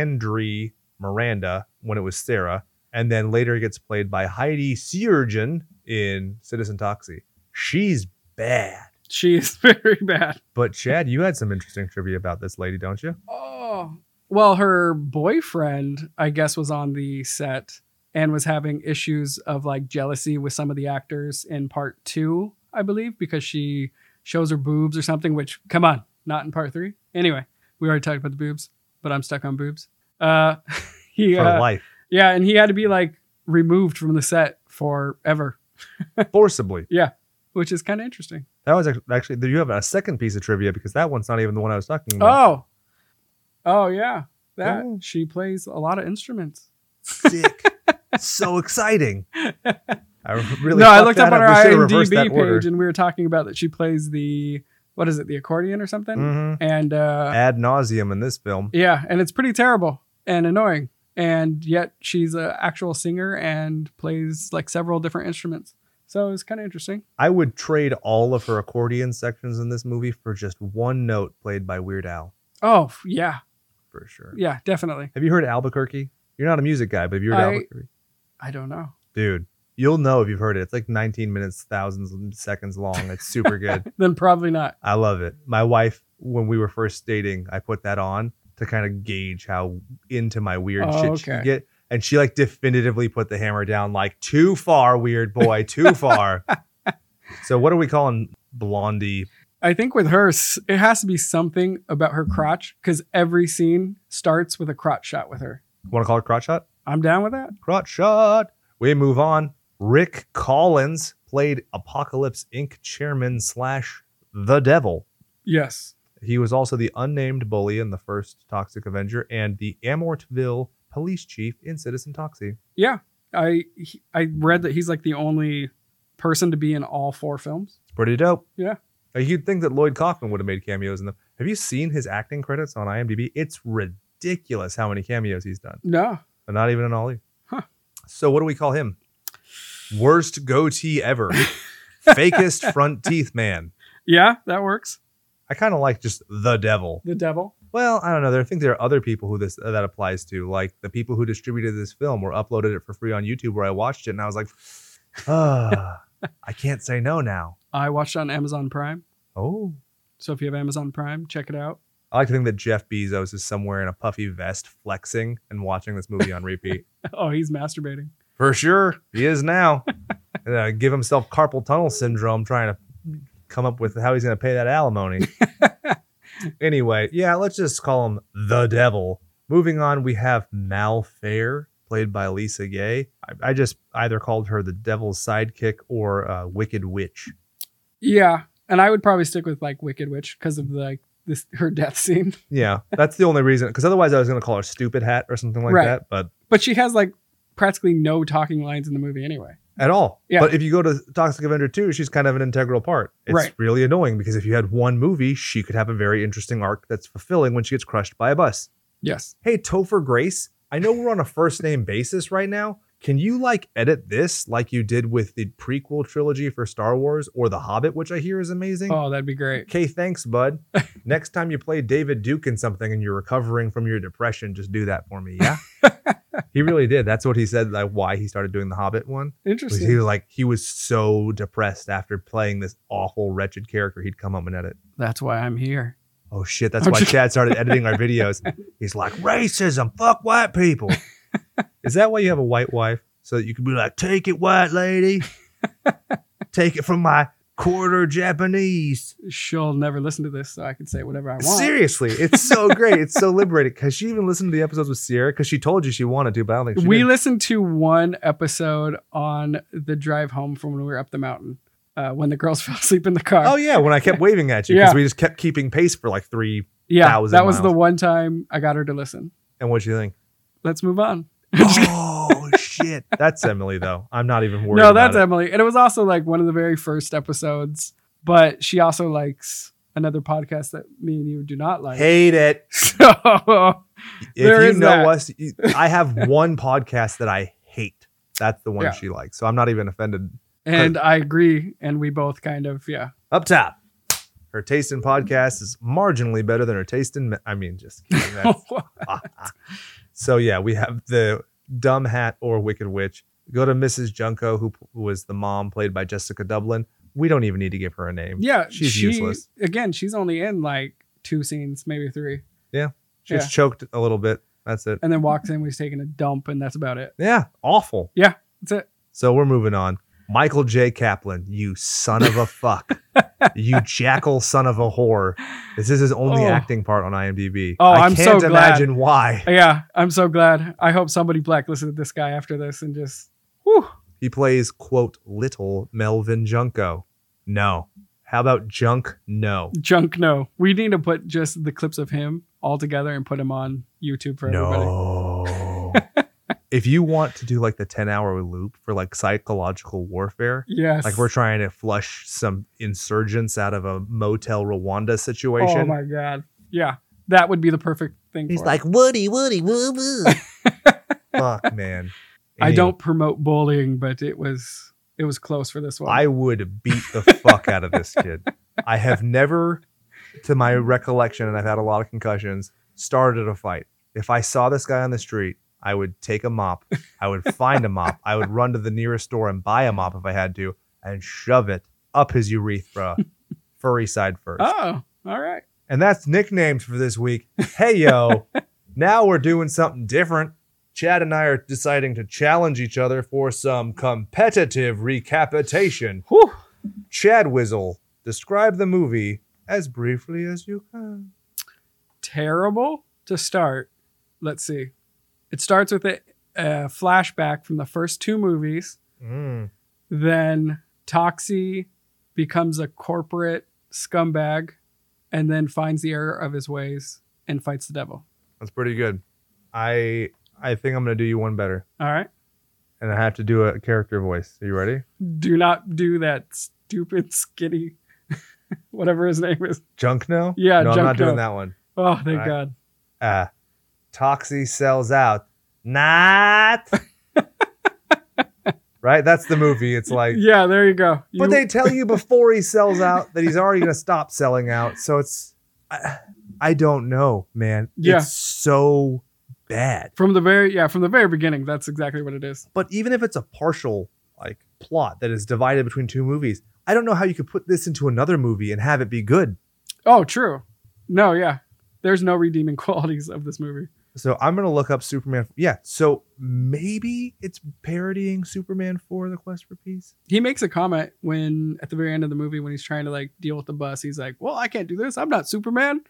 S2: Andre Miranda when it was Sarah, and then later gets played by Heidi Siergen in Citizen Toxie. She's bad.
S3: She is very bad.
S2: But Chad, you had some interesting trivia about this lady, don't you?
S3: Oh. Well, her boyfriend, I guess, was on the set and was having issues of like jealousy with some of the actors in part two, I believe, because she shows her boobs or something, which, come on, not in part three. Anyway, we already talked about the boobs, but I'm stuck on boobs. Uh, he,
S2: For
S3: uh,
S2: life.
S3: yeah, and he had to be like removed from the set forever,
S2: Forcibly.
S3: which is kind of interesting.
S2: That was act- actually, you have a second piece of trivia because that one's not even the one I was talking about.
S3: Oh, oh yeah, that
S2: Oh.
S3: she plays a lot of instruments.
S2: Sick. so exciting. I really
S3: no, I
S2: fucked
S3: looked up
S2: that
S3: on her
S2: We should have reversed
S3: IMDb
S2: that
S3: page,
S2: order.
S3: and we were talking about that she plays the what is it, the accordion or something,
S2: Mhm.
S3: and uh,
S2: Ad nauseum in this film.
S3: yeah, and it's pretty terrible and annoying, and yet she's an actual singer and plays like several different instruments. So it's kind of interesting.
S2: I would trade all of her accordion sections in this movie for just one note played by Weird Al,
S3: Oh yeah,
S2: for sure.
S3: yeah, definitely.
S2: Have you heard Albuquerque? You're not a music guy, but have you heard
S3: I-
S2: Albuquerque?
S3: I don't know.
S2: Dude, You'll know if you've heard it. It's like 19 minutes, thousands of seconds long. It's super good.
S3: Then probably not.
S2: I love it. My wife, when we were first dating, I put that on to kind of gauge how into my weird
S3: Oh,
S2: shit she
S3: okay.
S2: could get. And she like definitively put the hammer down, like too far, weird boy, too far. so what are we calling Blondie?
S3: I think with her, s- it has to be something about her crotch because every scene starts with a crotch shot with her.
S2: Want to call it crotch shot?
S3: I'm down with that.
S2: Crotch shot. We move on. Rick Collins played Apocalypse Inc. chairman slash the devil.
S3: Yes.
S2: He was also the unnamed bully in the first Toxic Avenger and the Amortville police chief in Citizen Toxie.
S3: Yeah. I he- I read that he's like the only person to be in all four films.
S2: It's pretty dope.
S3: Yeah.
S2: Like, you'd think that Lloyd Kaufman would have made cameos in them. Have you seen his acting credits on IMDb? It's ridiculous how many cameos he's done,
S3: No.
S2: but not even in all.
S3: Huh.
S2: So what do we call him? Worst goatee ever. Fakest front teeth man.
S3: Yeah, that works.
S2: I kind of like just the devil.
S3: The devil.
S2: Well, I don't know. There, I think there are other people who this that applies to. Like the people who distributed this film or uploaded it for free on YouTube, where I watched it, and I was like, ah, I can't say no now.
S3: I watched on Amazon Prime.
S2: Oh,
S3: So if you have Amazon Prime, check it out.
S2: I like to think that Jeff Bezos is somewhere in a puffy vest, flexing and watching this movie on repeat
S3: Oh, he's masturbating.
S2: for sure. He is now. uh, give himself carpal tunnel syndrome, trying to come up with how he's going to pay that alimony. anyway, yeah, let's just call him the devil. Moving on, we have Malfair, played by Lisa Gay. I, I just either called her the devil's sidekick or uh, Wicked Witch.
S3: Yeah. And I would probably stick with like Wicked Witch because of like this her death scene.
S2: Yeah, that's the only reason. Because otherwise, I was going to call her Stupid Hat or something like
S3: Right.
S2: that, but
S3: But she has like practically no talking lines in the movie anyway.
S2: at all.
S3: Yeah.
S2: But if you go to Toxic Avenger 2, she's kind of an integral part. It's
S3: Right.
S2: really annoying because if you had one movie, she could have a very interesting arc that's fulfilling when she gets crushed by a bus.
S3: Yes.
S2: hey topher grace i know we're on a first name basis right now can you like edit this like you did with the prequel trilogy for star wars or the hobbit which i hear is amazing
S3: Oh, that'd be great.
S2: okay thanks bud next time you play david duke in something and you're recovering from your depression just do that for me yeah he really did that's what he said like why he started doing the hobbit one was he
S3: Interesting.
S2: was like he was so depressed after playing this awful wretched character he'd come home and edit
S3: That's why I'm here.
S2: Oh shit, that's
S3: I'm
S2: why
S3: just-
S2: Chad started editing our videos. He's like, racism, fuck white people. Is that why you have a white wife? So that you can be like, take it, white lady. take it from my quarter Japanese.
S3: She'll never listen to this, so I can say whatever I want.
S2: Seriously, it's so great. It's so liberating. Has she even listened to the episodes with Sierra? Because she told you she wanted to, but I don't think she
S3: we
S2: did.
S3: listened to one episode on the drive home from when we were up the mountain uh, when the girls fell asleep in the car.
S2: Oh yeah, when I kept waving at you because
S3: Yeah.
S2: we just kept keeping pace for like three.
S3: yeah.
S2: thousand
S3: That was the
S2: miles.
S3: one time I got her to listen.
S2: And what'd you think?
S3: Let's move on.
S2: oh shit, that's Emily though. I'm not even worried.
S3: no,
S2: about
S3: that's
S2: it.
S3: Emily. And it was also like one of the very first episodes, but she also likes another podcast that me and you do not like.
S2: Hate it.
S3: So
S2: If
S3: There
S2: you
S3: is
S2: know
S3: that.
S2: us, you- I have one podcast that I hate. That's the one
S3: Yeah.
S2: she likes. So I'm not even offended.
S3: and I agree. And we both kind of, yeah.
S2: Up top, her taste in podcasts is marginally better than her taste in. me- I mean, just kidding. That's- so yeah, we have the dumb hat or wicked witch. Go to Mrs. Junko, who p- was the mom played by Jessica Dublin. We don't even need to give her a name.
S3: yeah.
S2: She's
S3: she-
S2: useless.
S3: Again, she's only in like two scenes, maybe three,
S2: She gets choked a little bit. That's it.
S3: and then walks in when he's taking a dump, and that's about it.
S2: Yeah, awful.
S3: That's it.
S2: So we're moving on. Michael J. Kaplan, you son of a fuck. you jackal son of a whore. This is his only
S3: Oh.
S2: acting part on IMDb.
S3: Oh,
S2: I
S3: I'm so
S2: can't
S3: glad.
S2: imagine why.
S3: Yeah, I'm so glad. I hope somebody blacklisted this guy after this and just, whew.
S2: He plays, quote, little Melvin Junko. No. How about Junk? No.
S3: junk no we need to put just the clips of him all together and put them on youtube for everybody
S2: No. if you want to do like the 10 hour loop for like psychological warfare,
S3: yes
S2: like we're trying to flush some insurgents out of a motel Rwanda situation.
S3: oh my god yeah that would be the perfect thing
S4: He's
S3: for
S4: like,
S3: it.
S4: Woody, Woody, woo, woo.
S2: Fuck, man.
S3: i
S2: Anyway.
S3: don't promote bullying but it was it was close for this one
S2: I would beat the fuck out of this kid. I have never, to my recollection, and I've had a lot of concussions, started a fight. If I saw this guy on the street, I would take a mop. I would find a mop. I would run to the nearest store and buy a mop if I had to and shove it up his urethra, furry side first.
S3: Oh, all right.
S2: And that's nicknames for this week. Hey, yo, now we're doing something different. Chad and I are deciding to challenge each other for some competitive recapitation.
S3: Whew.
S2: Chad Whizzle, describe the movie as briefly as you can.
S3: Terrible to start. Let's see. It starts with a, a flashback from the first two movies.
S2: Mm.
S3: Then Toxie becomes a corporate scumbag and then finds the error of his ways and fights the devil.
S2: That's pretty good. I I think I'm gonna do you one better,
S3: All right.
S2: and I have to do a character voice. Are you ready?
S3: Do not do that stupid skinny, whatever his name is.
S2: Junk now?
S3: Yeah,
S2: no, I'm not
S3: Junkno.
S2: doing that one.
S3: Oh, thank
S2: Right.
S3: God.
S2: Uh, Toxie sells out. Not. right. That's the movie. It's like.
S3: yeah, there you go.
S2: But
S3: You-
S2: they tell you before he sells out that he's already gonna stop selling out. So it's. I, I don't know, man.
S3: Yeah.
S2: It's so bad.
S3: from the very yeah from the very beginning. That's exactly what it is.
S2: But even if it's a partial like plot that is divided between two movies, I don't know how you could put this into another movie and have it be good.
S3: Oh, true. No, yeah. There's no redeeming qualities of this movie.
S2: So I'm gonna look up Superman. Yeah, so maybe it's parodying Superman for the Quest for Peace.
S3: He makes a comment when at the very end of the movie when he's trying to like deal with the bus. He's like, "Well, I can't do this. I'm not Superman."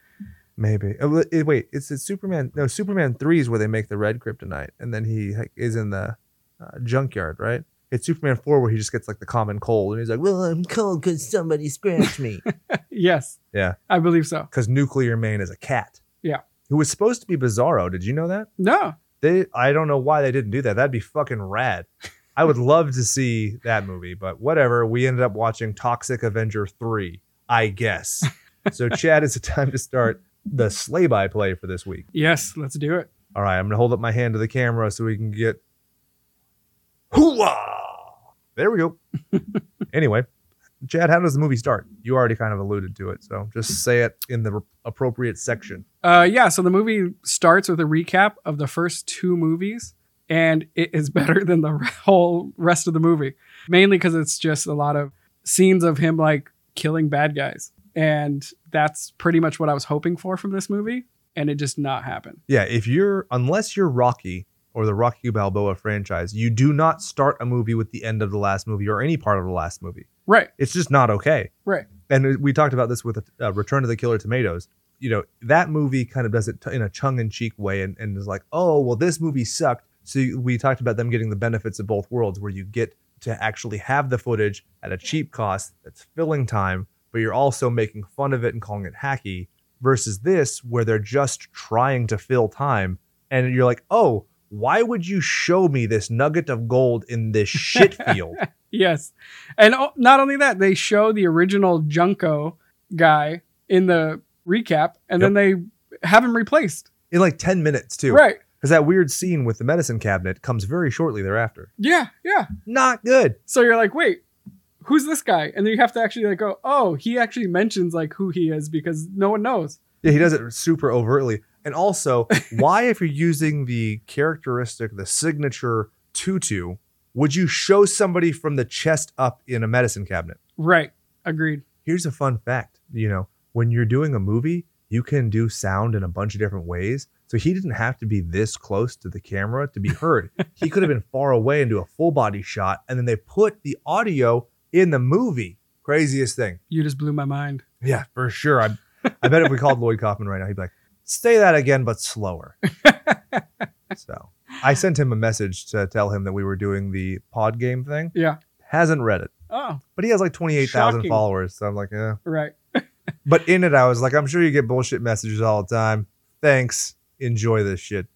S2: Maybe. Oh, li- it- wait, it's, it's Superman. No, Superman three is where they make the red kryptonite, and then he like, is in the uh, junkyard, right? It's Superman four where he just gets like the common cold, and he's like, "Well, I'm cold because somebody scratched me."
S3: Yes.
S2: Yeah.
S3: I believe so.
S2: Because Nuclear Man is a cat.
S3: Yeah.
S2: Who was supposed to be Bizarro? Did you know that?
S3: No.
S2: They. I don't know why they didn't do that. That'd be fucking rad. I would love to see that movie, but whatever. We ended up watching Toxic Avenger three, I guess. So Chad, is it time to start the sleigh by play for this week?
S3: Yes. Let's do it.
S2: All right, I'm gonna hold up my hand to the camera so we can get. Hooah! There we go. anyway, Chad, how does the movie start? You already kind of alluded to it, so just say it in the appropriate section.
S3: Uh, yeah. So the movie starts with a recap of the first two movies, and it is better than the whole rest of the movie, mainly because it's just a lot of scenes of him like killing bad guys, and that's pretty much what I was hoping for from this movie, and it just not happened.
S2: Yeah, if you're unless you're Rocky or the Rocky Balboa franchise, you do not start a movie with the end of the last movie or any part of the last movie.
S3: Right.
S2: It's just not okay.
S3: Right.
S2: And we talked about this with uh, Return of the Killer Tomatoes. You know, that movie kind of does it t- in a chung and cheek way and, and is like, oh, well, this movie sucked. So you- we talked about them getting the benefits of both worlds where you get to actually have the footage at a cheap cost that's filling time, but you're also making fun of it and calling it hacky versus this where they're just trying to fill time. And you're like, oh, why would you show me this nugget of gold in this shit field?
S3: Yes. And o- not only that, they show the original Junko guy in the recap, and then they have him replaced.
S2: in like 10 minutes, too.
S3: Right.
S2: Because that weird scene with the medicine cabinet comes very shortly thereafter.
S3: Yeah. Yeah.
S2: Not good.
S3: So you're like, wait, who's this guy? And then you have to actually like go, oh, he actually mentions like who he is because no one knows.
S2: Yeah, he does it super overtly. And also, why, if you're using the characteristic, the signature tutu, would you show somebody from the chest up in a medicine cabinet?
S3: Right. Agreed.
S2: Here's a fun fact you know, when you're doing a movie, you can do sound in a bunch of different ways. So he didn't have to be this close to the camera to be heard. he could have been far away and do a full body shot. And then they put the audio in the movie. Craziest thing.
S3: You just blew my mind.
S2: Yeah, for sure. I, I bet if we called Lloyd Kaufman right now, he'd be like, "Say that again, but slower." so I sent him a message to tell him that we were doing the pod game thing.
S3: Yeah.
S2: Hasn't read it,
S3: Oh,
S2: but he has like twenty eight thousand
S3: Shocking.
S2: followers. So I'm like, yeah.
S3: right.
S2: But in it, I was like, I'm sure you get bullshit messages all the time. Thanks. Enjoy this shit.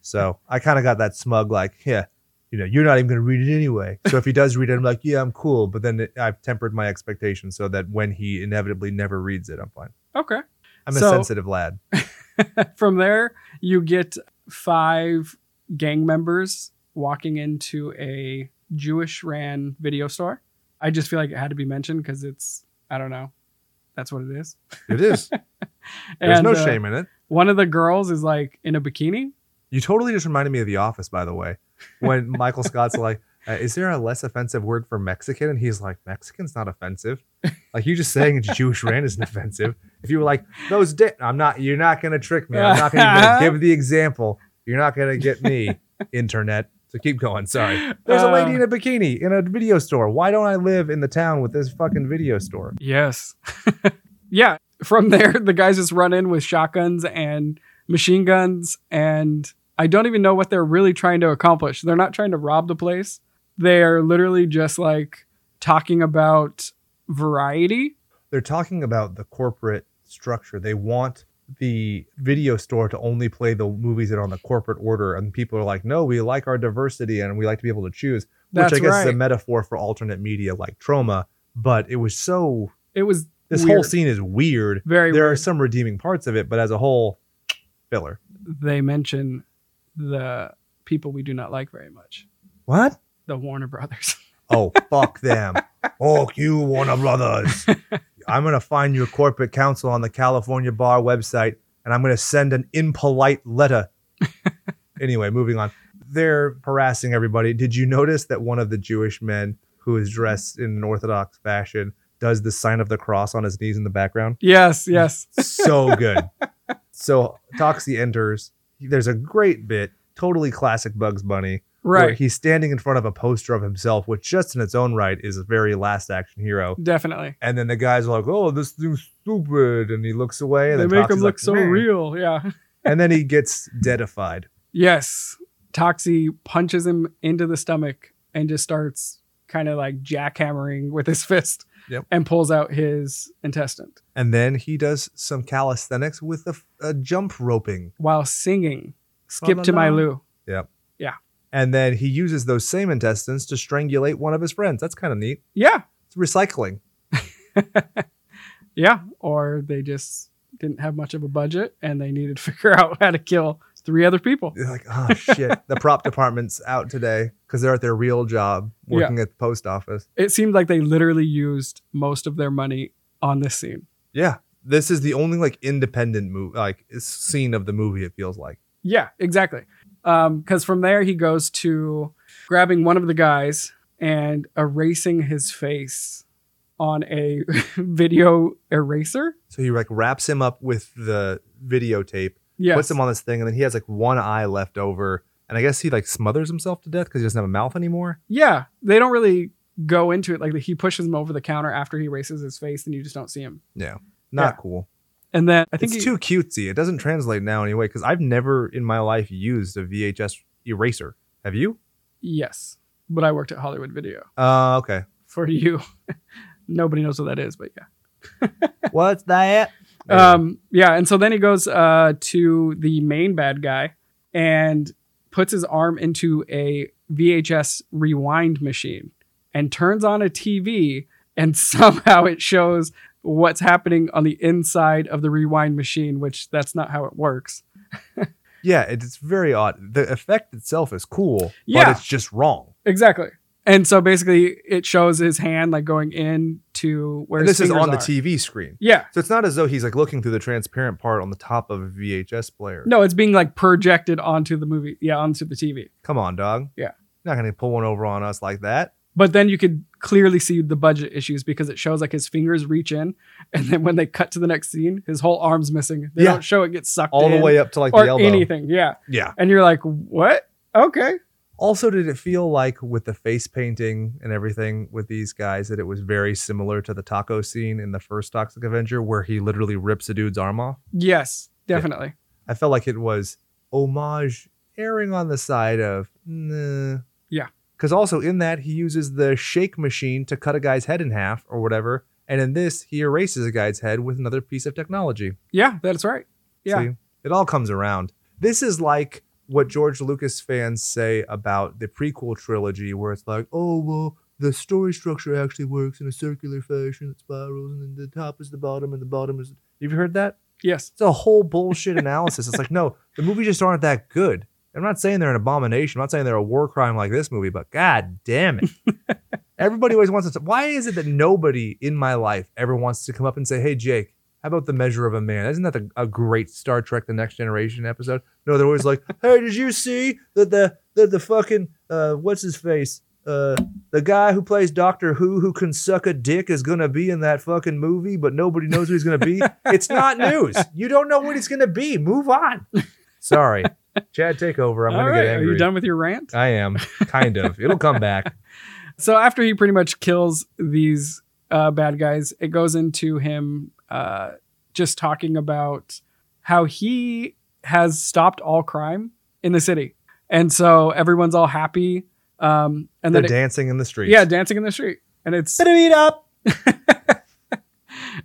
S2: so I kind of got that smug, like, yeah, you know, you're not even going to read it anyway. So if he does read it, I'm like, yeah, I'm cool. But then it, I've tempered my expectations so that when he inevitably never reads it, I'm fine.
S3: Okay.
S2: I'm a
S3: So-
S2: sensitive lad.
S3: From there, you get five gang members walking into a Jewish ran video store. I just feel like it had to be mentioned because it's, I don't know, that's what it is.
S2: It is. There's
S3: And,
S2: no
S3: uh,
S2: shame in it.
S3: One of the girls is like in a bikini
S2: You totally just reminded me of The Office, by the way, when Michael Scott's like, uh, "Is there a less offensive word for Mexican?" And he's like, "Mexican's not offensive. Like you just saying Jewish ran isn't offensive. If you were like those, di- I'm not. You're not gonna trick me. I'm not gonna give the example. You're not gonna get me, internet." So keep going. Sorry.
S3: Uh,
S2: There's a lady in a bikini in a video store. Why don't I live in the town with this fucking video store?
S3: Yes. yeah. From there, the guys just run in with shotguns and machine guns, and I don't even know what they're really trying to accomplish. They're not trying to rob the place. They're literally just like talking about variety.
S2: They're talking about the corporate structure. They want the video store to only play the movies that are on the corporate order. And people are like, no, we like our diversity and we like to be able to choose, which
S3: That's
S2: I guess is a
S3: right.
S2: metaphor for alternate media like trauma. But it was so,
S3: It was
S2: this whole
S3: Weird.
S2: scene is weird.
S3: very
S2: there are
S3: weird.
S2: some redeeming parts of it, but as a whole, filler.
S3: they mention the people we do not like very much,
S2: What?
S3: the Warner Brothers.
S2: Oh, fuck them. Oh, you Warner Brothers. I'm going to find your corporate counsel on the California Bar website and I'm going to send an impolite letter. anyway, moving on. They're harassing everybody. Did you notice that one of the Jewish men who is dressed in an Orthodox fashion does the sign of the cross on his knees in the background?
S3: yes, yes.
S2: so good. So Toxie enters. There's a great bit, totally classic Bugs Bunny, where
S3: Right.
S2: he's standing in front of a poster of himself, which just in its own right is a very last action hero.
S3: Definitely.
S2: And then the guys are like, "Oh, this thing's stupid," and he looks away. And
S3: they
S2: then
S3: make
S2: Toxie's
S3: them look
S2: like,
S3: so
S2: "Man."
S3: real. Yeah.
S2: And then he gets deadified.
S3: Yes. Toxie punches him into the stomach and just starts kind of like jackhammering with his fist
S2: Yep.
S3: and pulls out his intestine
S2: And then he does some calisthenics with a, a jump roping.
S3: while singing Skip to
S2: La la
S3: My
S2: la.
S3: Lou.
S2: And then he uses those same intestines to strangulate one of his friends. That's kind of neat.
S3: Yeah.
S2: It's recycling.
S3: Yeah. Or they just didn't have much of a budget and they needed to figure out how to kill three other people.
S2: They're like, oh shit, the prop department's out today because they're at their real job working at the post office.
S3: It seemed like they literally used most of their money on this scene.
S2: Yeah, this is the only like independent movie, like scene of the movie. It feels like
S3: Yeah, exactly. Because from there, he goes to grabbing one of the guys and erasing his face on a video eraser.
S2: so he like wraps him up with the videotape,
S3: Yes.
S2: puts him on this thing, and then he has like one eye left over, and I guess he like smothers himself to death because he doesn't have a mouth anymore.
S3: yeah, they don't really go into it. Like he pushes him over the counter after he erases his face, and you just don't see him.
S2: Not
S3: Yeah.
S2: cool.
S3: And then I think
S2: it's
S3: he-
S2: too cutesy. It doesn't translate now anyway because I've never in my life used a VHS eraser. Have you?
S3: yes, but I worked at Hollywood Video
S2: Uh, okay.
S3: for you. Nobody knows what that is, but yeah.
S2: What's that?
S3: Um, yeah, and so then he goes uh, to the main bad guy and puts his arm into a VHS rewind machine and turns on a TV, and somehow it shows what's happening on the inside of the rewind machine, which that's not how it works.
S2: Yeah, it- it's very odd. The effect itself is cool,
S3: Yeah.
S2: but it's just wrong.
S3: Exactly. And so basically, it shows his hand like going in to where
S2: And
S3: his
S2: this is
S3: fingers
S2: on the
S3: are.
S2: TV screen.
S3: Yeah.
S2: So it's not as though he's like looking through the transparent part on the top of a VHS player.
S3: No, it's being like projected onto the movie. Yeah, onto the TV.
S2: Come on, dog.
S3: Yeah.
S2: You're not going to pull one over on us like that.
S3: but then you could clearly see the budget issues because it shows like his fingers reach in and then when they cut to the next scene his whole arm's missing they
S2: Yeah.
S3: don't show it gets sucked
S2: All the
S3: in
S2: way up to like
S3: or
S2: the elbow.
S3: anything yeah
S2: Yeah.
S3: and you're like what okay
S2: Also, did it feel like with the face painting and everything with these guys that it was very similar to the taco scene in the first Toxic Avenger where he literally rips a dude's arm off?
S3: yes definitely
S2: I felt like it was homage erring on the side of nah.
S3: Yeah.
S2: Because also in that he uses the shake machine to cut a guy's head in half or whatever, and in this he erases a guy's head with another piece of technology.
S3: yeah, that's right yeah
S2: See, it all comes around. This is like what George Lucas fans say about the prequel trilogy, where it's like, oh, well, the story structure actually works in a circular fashion. It spirals, and then the top is the bottom, and the bottom is. You've heard that?
S3: yes
S2: It's a whole bullshit analysis. It's like, no, the movies just aren't that good. I'm not saying they're an abomination. I'm not saying they're a war crime like this movie, but god damn it. Everybody always wants to. Why is it that nobody in my life ever wants to come up and say, hey, Jake, how How about the measure of a man? Isn't that a, a great Star Trek: The Next Generation episode? No, they're always like, "Hey, did you see that the that the fucking uh, what's his face, uh, the guy who plays Doctor Who who can suck a dick is gonna be in that fucking movie, but nobody knows who he's gonna be. it's not news. You don't know what he's gonna be. Move on. Sorry, Chad, take over. I'm
S3: All
S2: gonna
S3: right,
S2: get angry.
S3: Are you done with your rant?
S2: I am kind of. It'll come back.
S3: So after he pretty much kills these uh, bad guys, it goes into him uh, just talking about how he has stopped all crime in the city, and so everyone's all happy. Um, and
S2: They're
S3: then it-
S2: dancing in the streets.
S3: yeah, dancing in the street, and it's
S2: Better eat up.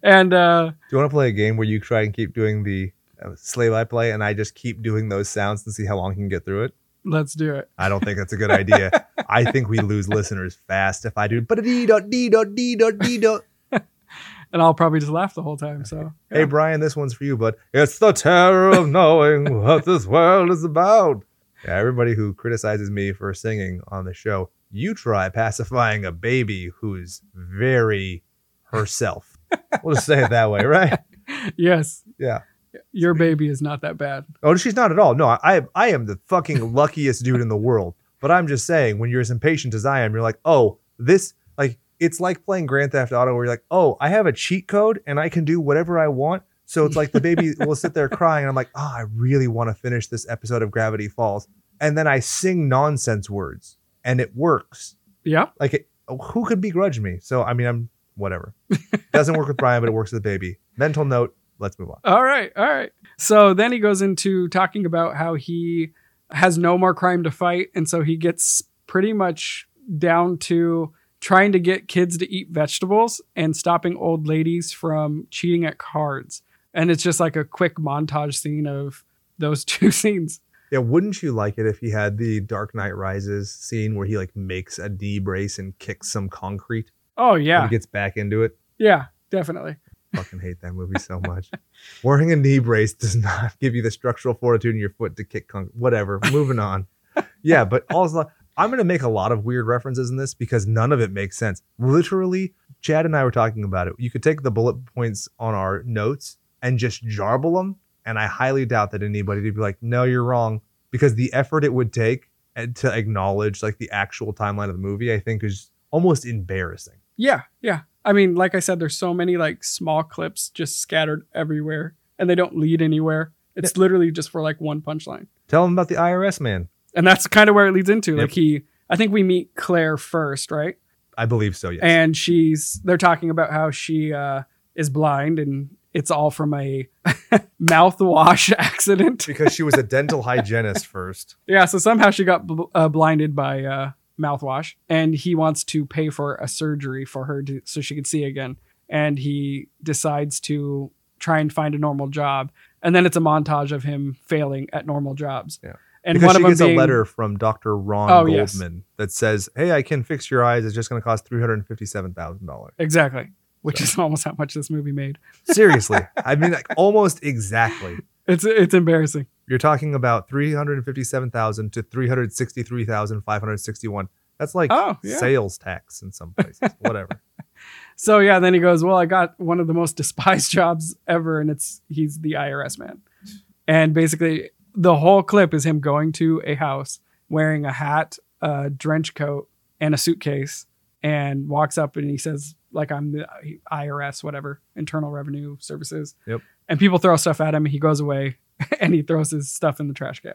S3: and uh,
S2: Do you want to play a game where you try and keep doing the uh, sleigh by play and I just keep doing those sounds and see how long you can get through it?
S3: let's do it.
S2: I don't think that's a good idea. I think we lose listeners fast if I do. But dee dot dee dot dee dot dee dot.
S3: And I'll probably just laugh the whole time. So
S2: Hey
S3: yeah.
S2: Brian, this one's for you, but it's the terror of knowing what this world is about. Yeah, everybody who criticizes me for singing on the show, you try pacifying a baby who's very herself. We'll just say it that way, right?
S3: yes,
S2: Yeah.
S3: your baby is not that bad.
S2: Oh, she's not at all. No, I I am the fucking luckiest dude in the world. But I'm just saying, when you're as impatient as I am, you're like, oh, this like it's like playing Grand Theft Auto, where you're like, oh, I have a cheat code and I can do whatever I want. So it's like the baby will sit there crying, and I'm like, oh, I really want to finish this episode of Gravity Falls, and then I sing nonsense words, and it works.
S3: Yeah,
S2: Like, it, who could begrudge me? So I mean, I'm whatever. Doesn't work with Brian, but it works with the baby. Mental note. Let's move on.
S3: All right, all right. So then he goes into talking about how he has no more crime to fight, and so he gets pretty much down to trying to get kids to eat vegetables and stopping old ladies from cheating at cards. And it's just like a quick montage scene of those two scenes.
S2: Yeah, wouldn't you like it if he had the Dark Knight Rises scene where he like makes a D brace and kicks some concrete
S3: Oh
S2: and
S3: yeah,
S2: gets back into it?
S3: yeah, definitely.
S2: Fucking hate that movie so much. Wearing a knee brace does not give you the structural fortitude in your foot to kick concrete. Whatever. Moving on. Yeah, but also I'm gonna make a lot of weird references in this because none of it makes sense. Literally, Chad and I were talking about it. You could take the bullet points on our notes and just jarble them, and I highly doubt that anybody would be like, "No, you're wrong," because the effort it would take and to acknowledge like the actual timeline of the movie, I think, is almost embarrassing.
S3: Yeah, yeah. I mean, like I said, there's so many like small clips just scattered everywhere, and they don't lead anywhere. It's literally just for like one punchline.
S2: Tell them about the IRS man.
S3: and that's kind of where it leads into
S2: Yep.
S3: like he i think we meet claire first right
S2: I believe so. Yes.
S3: and she's they're talking about how she uh is blind and it's all from a mouthwash accident
S2: because she was a dental hygienist first.
S3: yeah so somehow she got bl- uh, blinded by uh mouthwash and he wants to pay for a surgery for her to, so she could see again and he decides to try and find a normal job and then it's a montage of him failing at normal jobs
S2: Yeah.
S3: and
S2: because she
S3: one of them
S2: gets
S3: being,
S2: a letter from Dr. Ron
S3: Oh,
S2: Goldman
S3: yes.
S2: that says, "Hey, I can fix your eyes. It's just going to cost three hundred fifty-seven thousand dollars."
S3: exactly which is almost how much this movie made
S2: Seriously, I mean, like almost exactly.
S3: It's it's embarrassing.
S2: You're talking about three hundred fifty-seven thousand to three hundred sixty-three thousand five hundred sixty-one. That's like
S3: Oh, yeah.
S2: sales tax in some places. Whatever.
S3: So yeah, then he goes, "Well, I got one of the most despised jobs ever, and it's he's the IRS man." And basically, the whole clip is him going to a house wearing a hat, a trench coat, and a suitcase, and walks up and he says, "Like I'm the IRS, whatever, Internal Revenue Services."
S2: Yep.
S3: And people throw stuff at him. He goes away, and he throws his stuff in the trash can.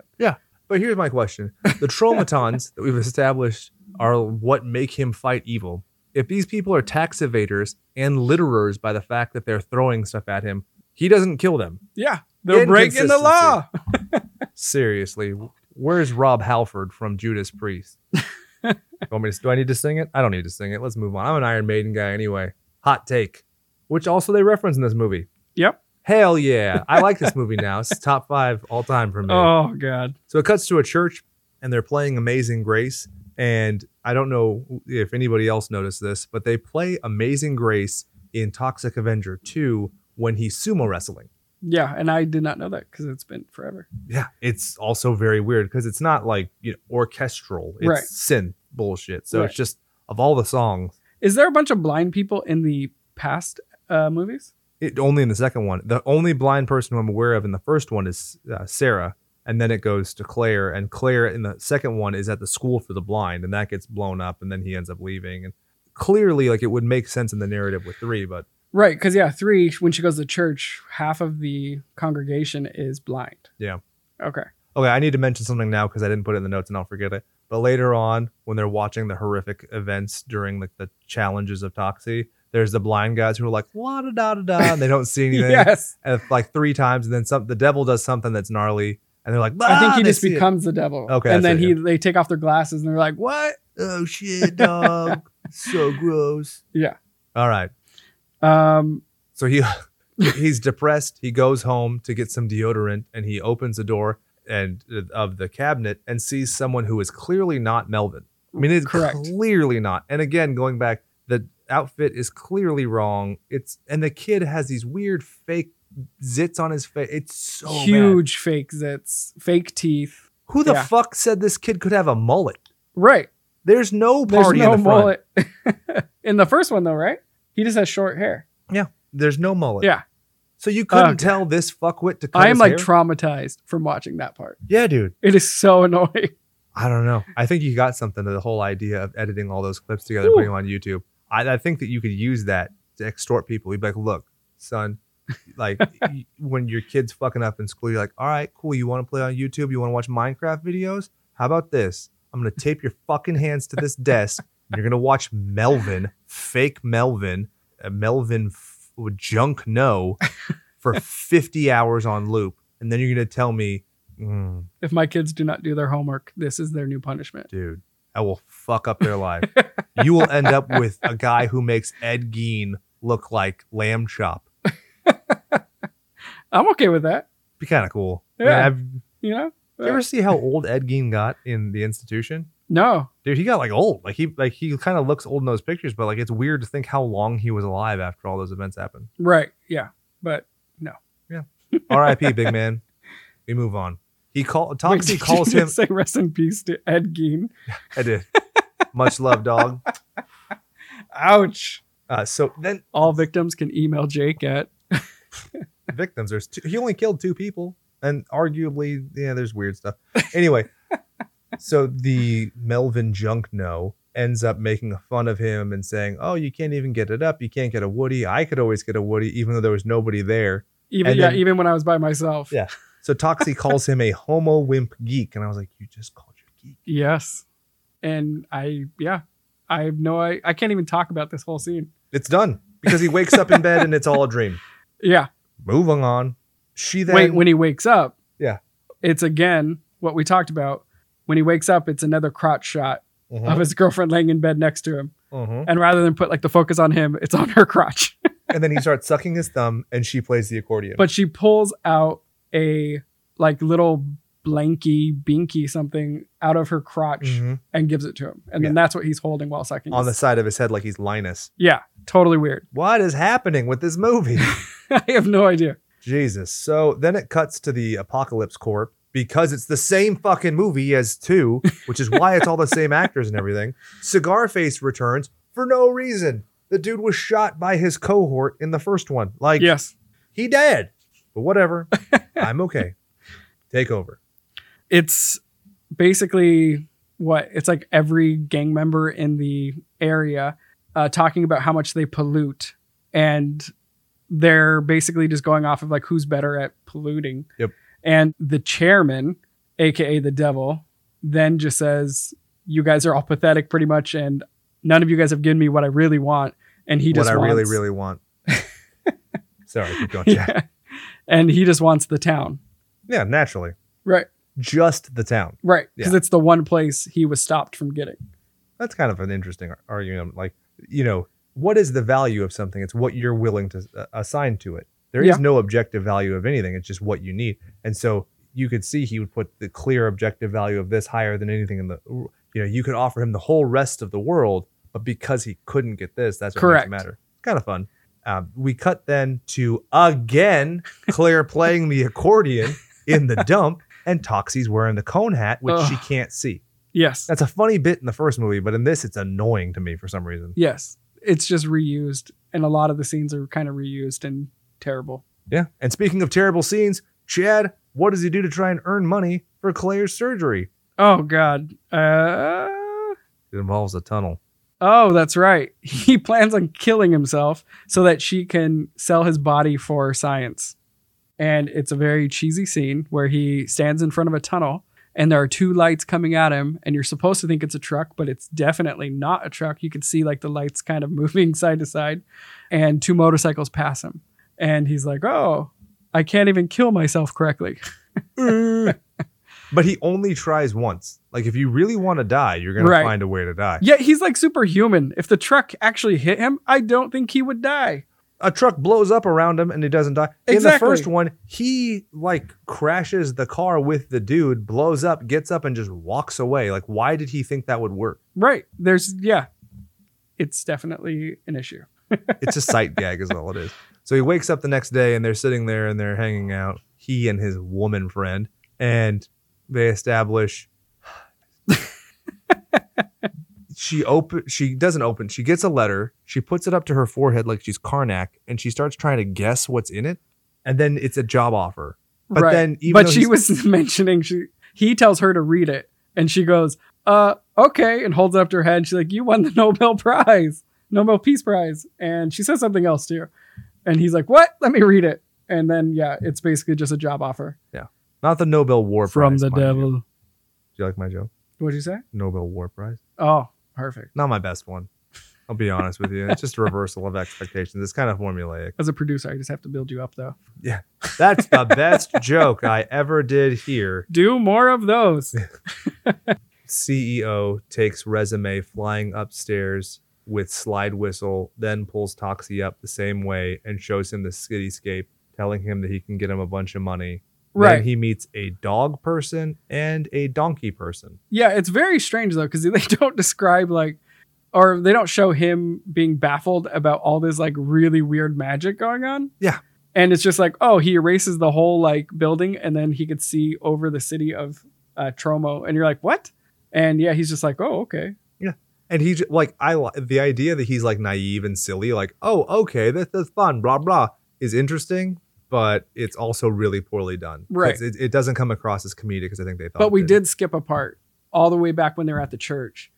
S2: But here's my question: the traumatons that we've established are what make him fight evil. If these people are tax evaders and litterers by the fact that they're throwing stuff at him, he doesn't kill them.
S3: Yeah, they're breaking the law.
S2: Seriously, where's Rob Halford from Judas Priest? Want me to, do I need to sing it? I don't need to sing it. Let's move on. I'm an Iron Maiden guy anyway. Hot take, which also they reference in this movie.
S3: Yep.
S2: Hell yeah. I like this movie now. It's top five all time for me.
S3: Oh god.
S2: So it cuts to a church and they're playing Amazing Grace. And I don't know if anybody else noticed this, but they play Amazing Grace in Toxic Avenger 2 when he's sumo wrestling.
S3: Yeah, and I did not know that because it's been forever.
S2: Yeah, it's also very weird because it's not like you know orchestral. It's
S3: Right.
S2: synth bullshit. So
S3: Right.
S2: it's just of all the songs,
S3: Is there a bunch of blind people in the past uh, movies?
S2: it only in the second one. The only blind person who I'm aware of in the first one is uh, Sarah, and then it goes to Claire, and Claire in the second one is at the school for the blind, and that gets blown up, and then he ends up leaving. And clearly, like it would make sense in the narrative with three, but
S3: Right, because yeah, three, when she goes to church, half of the congregation is blind.
S2: Yeah.
S3: Okay.
S2: okay, I need to mention something now because I didn't put it in the notes, and I'll forget it. But later on, when they're watching the horrific events during like the challenges of Toxie, there's the blind guys who are like la da da da da, and they don't see anything.
S3: Yes.
S2: and, like three times, and then some. The devil does something that's gnarly, and they're like,
S3: I think
S2: "Ah,"
S3: he
S2: they
S3: just
S2: see it.
S3: becomes the devil.
S2: Okay,
S3: And
S2: that's
S3: then
S2: it,
S3: he they take off their glasses and they're like, What?
S2: What? Oh shit, dog. so gross.
S3: Yeah.
S2: All right.
S3: Um
S2: So he he's depressed. He goes home to get some deodorant, and he opens the door and uh, of the cabinet and sees someone who is clearly not Melvin. I mean, it's
S3: Correct.
S2: clearly not. And again, going back, the outfit is clearly wrong. It's and the kid has these weird fake zits on his face. It's so bad.
S3: huge fake zits, fake teeth.
S2: Who the
S3: Yeah.
S2: fuck said this kid could have a mullet?
S3: Right.
S2: There's no
S3: There's
S2: party
S3: no
S2: in the front.
S3: mullet. in the first one though, right? He just has short hair.
S2: There's no mullet.
S3: Yeah.
S2: So you couldn't
S3: Okay.
S2: tell this fuckwit to cut
S3: I am
S2: his
S3: like
S2: hair?
S3: traumatized from watching that part.
S2: yeah, dude.
S3: It is so annoying.
S2: I don't know. I think you got something to the whole idea of editing all those clips together,
S3: Ooh.
S2: putting them on YouTube. I, I think that you could use that to extort people. You'd be like, look, son, like y- when your kid's fucking up in school, you're like, all right, cool. You want to play on YouTube? You want to watch Minecraft videos? How about this? I'm going to tape your fucking hands to this desk. And you're going to watch Melvin, fake Melvin, uh, Melvin f- junk no for 50 hours on loop. And then you're going to tell me, mm,
S3: If my kids do not do their homework, this is their new punishment.
S2: dude, I will fuck up their life. you will end up with a guy who makes Ed Gein look like lamb chop.
S3: I'm okay with that.
S2: Be kind of cool.
S3: Yeah.
S2: I've, you
S3: You know?
S2: ever see how old Ed Gein got in the institution?
S3: No.
S2: Dude, he got like old. Like he like he kind of looks old in those pictures, but like it's weird to think how long he was alive after all those events happened.
S3: Right. Yeah. But
S2: R.I.P. big man. We move on. He call
S3: Wait,
S2: Toxie
S3: did you
S2: calls him.
S3: just Say rest in peace to Ed Gein.
S2: I did. Much love, dog.
S3: Ouch.
S2: Uh, so then
S3: All victims can email Jake at.
S2: victims. There's two, he only killed two people, and arguably, yeah, there's weird stuff. Anyway, so the Melvin junk no ends up making fun of him and saying, "Oh, you can't even get it up. You can't get a Woody. I could always get a Woody, even though there was nobody there."
S3: Even
S2: And
S3: yeah,
S2: then-
S3: even when I was by myself.
S2: Yeah. So Toxie calls him a homo wimp geek, and I was like, "You just called you a geek."
S3: Yes. And I yeah. I have no I, I can't even talk about this whole scene.
S2: It's done because he wakes up in bed and it's all a dream.
S3: Yeah.
S2: Moving on. She then
S3: Wait, when he wakes up.
S2: Yeah.
S3: It's again what we talked about. When he wakes up, it's another crotch shot
S2: Mhm,
S3: of his girlfriend laying in bed next to him.
S2: mhm.
S3: And rather than put like the focus on him, it's on her crotch.
S2: and then he starts sucking his thumb, and she plays the accordion.
S3: but she pulls out a like little blanky binky something out of her crotch
S2: Mhm.
S3: and gives it to him and then that's what he's holding while sucking
S2: on the
S3: his-
S2: side of his head, like he's Linus.
S3: yeah totally weird
S2: what is happening with this movie?
S3: i have no idea
S2: Jesus. So then it cuts to the Apocalypse Corp because it's the same fucking movie as two, which is why it's all the same actors and everything. Cigar Face returns for no reason. The dude was shot by his cohort in the first one. Like
S3: yes
S2: he dead. But whatever. I'm okay. Take over.
S3: it's basically what it's like every gang member in the area uh, talking about how much they pollute and they're basically just going off of like who's better at polluting
S2: Yep.
S3: and the chairman aka the devil then just says you guys are all pathetic pretty much and none of you guys have given me what i really want and he
S2: what
S3: just
S2: I
S3: wants,
S2: really, really want. Sorry, keep going. Yeah.
S3: yeah. and he just wants the town
S2: yeah, naturally.
S3: right
S2: Just the town.
S3: right because it's the one place he was stopped from getting
S2: that's kind of an interesting ar- argument. Like, you know, what is the value of something? It's what you're willing to uh, assign to it. There is
S3: Yeah.
S2: no objective value of anything. It's just what you need. And so you could see he would put the clear objective value of this higher than anything in the, you know, you could offer him the whole rest of the world, but because he couldn't get this, that's what
S3: Correct.
S2: makes it matter. Kind of fun. Um, we cut then to again Claire playing the accordion in the dump, and Toxie's wearing the cone hat, which she
S3: Ugh.
S2: can't see.
S3: yes
S2: That's a funny bit in the first movie, but in this, it's annoying to me for some reason.
S3: Yes, it's just reused, and a lot of the scenes are kind of reused and terrible.
S2: Yeah. And speaking of terrible scenes, Chad, what does he do to try and earn money for Claire's surgery?
S3: Oh God. Uh,
S2: It involves a tunnel.
S3: oh, that's right. He plans on killing himself so that she can sell his body for science. And it's a very cheesy scene where he stands in front of a tunnel and there are two lights coming at him and you're supposed to think it's a truck but it's definitely not a truck you can see like the lights kind of moving side to side and two motorcycles pass him and he's like oh i can't even kill myself correctly Eh.
S2: But he only tries once. Like if you really want to die, you're gonna
S3: Right.
S2: find a way to die.
S3: Yeah, he's like superhuman. If the truck actually hit him, I don't think he would die.
S2: A truck blows up around him and he doesn't die. In the
S3: Exactly.
S2: first one, he like crashes the car with the dude, blows up, gets up, and just walks away. Like, why did he think that would work?
S3: Right. There's, yeah, it's definitely an issue.
S2: It's a sight gag, is all it is. So he wakes up the next day and they're sitting there and they're hanging out, he and his woman friend, and they establish she open she doesn't open, she gets a letter, she puts it up to her forehead like she's Karnak, and she starts trying to guess what's in it. And then it's a job offer. But
S3: right.
S2: then even
S3: but
S2: though
S3: she
S2: he's-
S3: was mentioning she he tells her to read it, and she goes, "Uh, okay," and holds up to her head. She's like, "You won the Nobel Prize, Nobel Peace Prize," and she says something else too, and he's like, "What? Let me read it." And then yeah, it's basically just a job offer
S2: not the Nobel War
S3: from
S2: Prize
S3: the
S2: mind you.
S3: devil.
S2: Do you like my joke?
S3: What'd you say?
S2: Nobel War Prize.
S3: Oh, perfect.
S2: Not my best one. I'll be honest with you. It's just a reversal of expectations. It's kind of formulaic.
S3: As a producer, I just have to build you up though.
S2: That's the best joke I ever did here.
S3: Do more of those.
S2: CEO E takes resume flying upstairs with slide whistle, then pulls Toxie up the same way and shows him the cityscape, telling him that he can get him a bunch of money.
S3: right.
S2: Then he meets a dog person and a donkey person.
S3: Yeah, it's very strange though because they don't describe like, or they don't show him being baffled about all this like really weird magic going on.
S2: Yeah.
S3: and it's just like, oh, he erases the whole like building, and then he could see over the city of uh, Tromo, and you're like, what? And yeah, he's just like, oh, okay,
S2: And he j- like I li- the idea that he's like naive and silly, like oh okay that's, that's fun, blah blah, is interesting, but it's also really poorly done. 'Cause
S3: Right.
S2: It, it doesn't come across as comedic because I think they thought.
S3: But we
S2: it
S3: did skip a part all the way back when they were at the church.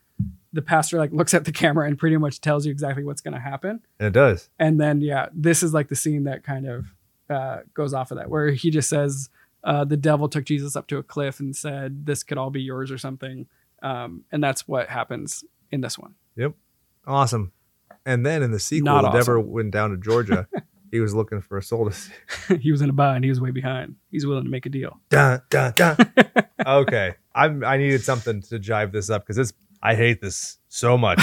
S3: The pastor like looks at the camera and pretty much tells you exactly what's going to happen.
S2: and it does.
S3: and then yeah this is like the scene that kind of uh, goes off of that where he just says uh, the devil took jesus up to a cliff and said this could all be yours or something um, and that's what happens in this one
S2: Awesome. And then in the sequel,
S3: Not
S2: the devil went down to Georgia. he was looking for a soul to save.
S3: he was in a bind he was way behind he's willing to make a deal
S2: Dun, dun, dun. okay. I'm, I needed something to jive this up because it's I hate this so much.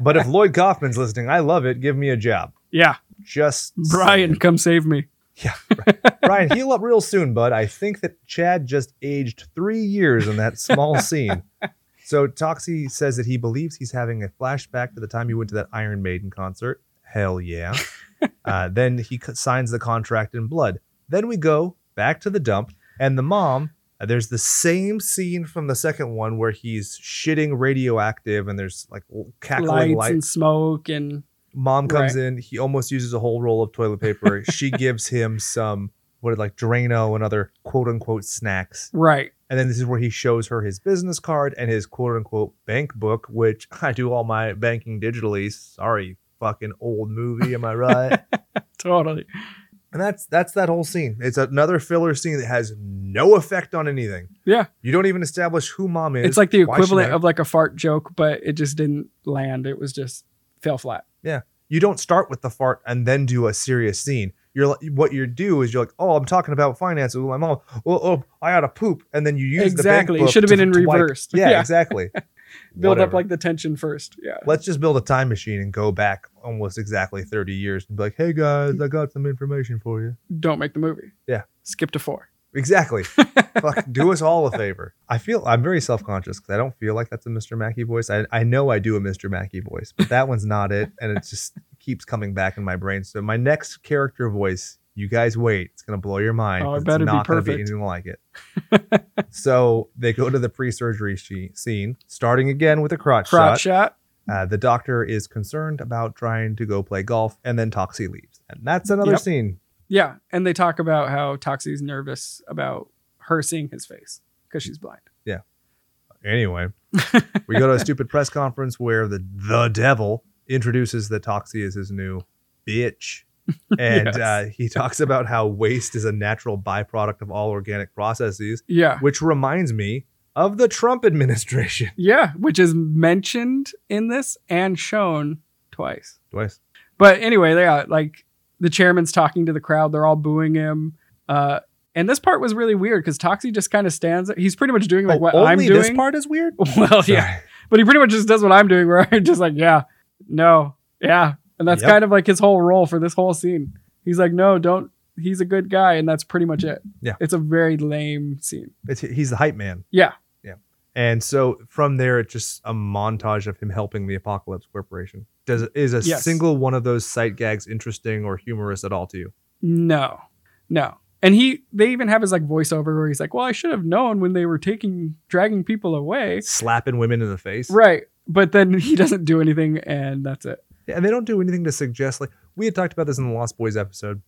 S2: but if Lloyd Kaufman's listening, I love it. Give me a job.
S3: yeah
S2: Just
S3: brian come save me
S2: Brian, heal up real soon, bud. I think that Chad just aged three years in that small scene. So Toxie says that he believes he's having a flashback to the time he went to that Iron Maiden concert. Hell yeah. uh, then he c- signs the contract in blood. Then we go back to the dump, and the mom. uh, There's the same scene from the second one where he's shitting radioactive, and there's like l- cackling
S3: lights
S2: lights.
S3: and smoke and
S2: Mom comes in. He almost uses a whole roll of toilet paper. she gives him some what like Drano and other quote unquote snacks.
S3: right
S2: And then this is where he shows her his business card and his quote unquote bank book, which I do all my banking digitally. Sorry, fucking old movie. Am I right?
S3: totally
S2: and that's that's that whole scene. It's another filler scene that has no effect on anything.
S3: Yeah.
S2: You don't even establish who mom is.
S3: it's like the
S2: why she
S3: equivalent
S2: matters.
S3: of like a fart joke but it just didn't land it was just fell flat
S2: you don't start with the fart and then do a serious scene. You're like, what you do is you're like, oh, I'm talking about finances with my mom. Oh, oh I gotta poop, and then you use
S3: Exactly. It
S2: The bank book
S3: should have
S2: to-
S3: been in
S2: to wipe.
S3: reversed.
S2: Yeah,
S3: Yeah.
S2: exactly.
S3: build up
S2: Whatever.
S3: like the tension first yeah
S2: Let's just build a time machine and go back almost exactly 30 years and be like, hey guys, I got some information for you.
S3: don't make the movie
S2: Yeah.
S3: skip to four
S2: Exactly. Fuck, do us all a favor. I feel I'm very self conscious because I don't feel like that's a Mr. Mackey voice. I, I know I do a Mr. Mackey voice, but that one's not it. And it just keeps coming back in my brain. So my next character voice, you guys wait. It's going to blow your mind.
S3: Oh, it
S2: 'cause it's
S3: better be
S2: not gonna
S3: perfect.
S2: anything like it. so they go to the pre surgery scene, starting again with a crotch,
S3: crop
S2: shot.
S3: shot
S2: Uh, the doctor is concerned about trying to go play golf, and then Toxie leaves. And that's another
S3: Yep.
S2: scene.
S3: Yeah, and they talk about how Toxie's nervous about her seeing his face because she's blind.
S2: Anyway, we go to a stupid press conference where the the devil introduces that Toxie is his new bitch. And
S3: Yes.
S2: uh, he talks about how waste is a natural byproduct of all organic processes,
S3: Yeah.
S2: which reminds me of the Trump administration.
S3: Yeah, which is mentioned in this and shown twice.
S2: Twice.
S3: But anyway, yeah, like the chairman's talking to the crowd, they're all booing him. Uh, and this part was really weird because Toxie just kind of stands. He's pretty much doing like
S2: Oh,
S3: what
S2: only
S3: I'm doing.
S2: this part is weird.
S3: Well, yeah,
S2: Sorry.
S3: but he pretty much just does what I'm doing, where I'm just like, yeah, no, yeah, and that's
S2: Yep.
S3: kind of like his whole role for this whole scene. He's like, no, don't. He's a good guy, and that's pretty much it.
S2: Yeah.
S3: it's a very lame scene.
S2: It's, he's the hype man.
S3: Yeah.
S2: Yeah. And so from there, it's just a montage of him helping the Apocalypse Corporation. Does is a
S3: Yes.
S2: single one of those sight gags interesting or humorous at all to you?
S3: No, no. And he, they even have his like voiceover where he's like, "Well, I should have known when they were taking, dragging people away."
S2: Slapping women in the face,
S3: Right. But then he doesn't do anything, and that's it.
S2: and they don't do anything to suggest. Like we had talked about this in the Lost Boys episode.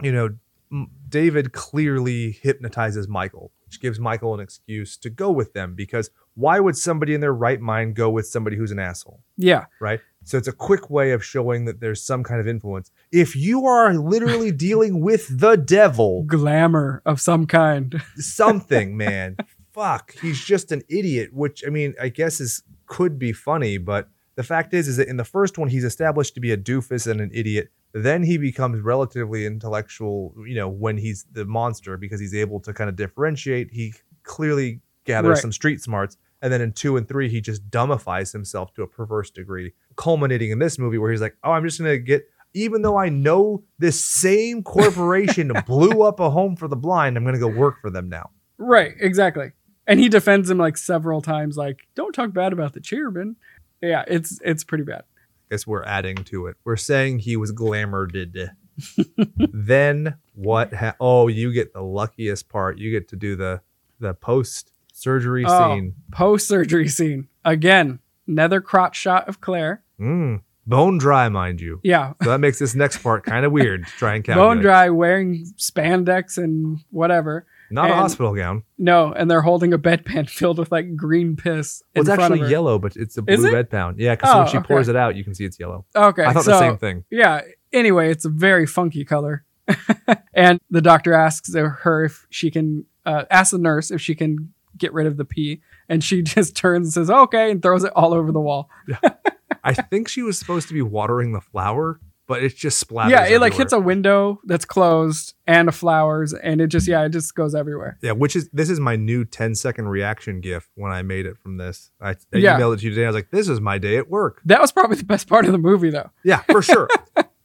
S2: You know, M- David clearly hypnotizes Michael, which gives Michael an excuse to go with them because why would somebody in their right mind go with somebody who's an asshole?
S3: Yeah.
S2: right? So it's a quick way of showing that there's some kind of influence. If you are literally dealing with the devil,
S3: Glamour of some kind.
S2: something, man, fuck, he's just an idiot. Which I mean, I guess is could be funny, but the fact is, is that in the first one, he's established to be a doofus and an idiot. Then he becomes relatively intellectual, you know, when he's the monster because he's able to kind of differentiate. He clearly gathers
S3: Right.
S2: some street smarts. And then in two and three, he just dumbifies himself to a perverse degree, culminating in this movie where he's like, oh, I'm just going to get, even though I know this same corporation blew up a home for the blind, I'm going to go work for them now.
S3: Right. Exactly. And he defends him like several times, like, don't talk bad about the chairman. Yeah. It's, it's pretty bad.
S2: guess we're adding to it. We're saying he was glamored. then what? Ha- oh, you get the luckiest part. You get to do the the post surgery
S3: Oh.
S2: scene.
S3: Post surgery scene. Again, another crotch shot of Claire.
S2: Mm, bone dry, mind you.
S3: Yeah.
S2: So that makes this next part kind of weird to try and calculate.
S3: Bone dry wearing spandex and whatever.
S2: Not a
S3: and-
S2: hospital gown.
S3: No. And they're holding a bedpan filled with like green piss.
S2: Well, it's
S3: in front of
S2: actually
S3: her.
S2: yellow, but it's a
S3: Is
S2: blue
S3: it?
S2: red pound. Yeah, because when
S3: Oh,
S2: she
S3: okay.
S2: pours it out, you can see it's yellow.
S3: Okay.
S2: I thought
S3: so,
S2: the same thing.
S3: yeah anyway it's a very funky color and the doctor asks her if she can uh, ask the nurse if she can get rid of the pee and she just turns and says okay and throws it all over the wall
S2: I think she was supposed to be watering the flower, but it's just splatters.
S3: yeah it like hits
S2: everywhere.
S3: a window that's closed and a flowers and it just yeah it just goes everywhere
S2: Yeah, which is this is my new 10 second reaction gif when I made it from this. I, I
S3: Yeah.
S2: emailed it to you today. I was like, this is my day at work.
S3: that was probably the best part of the movie though
S2: Yeah, for sure.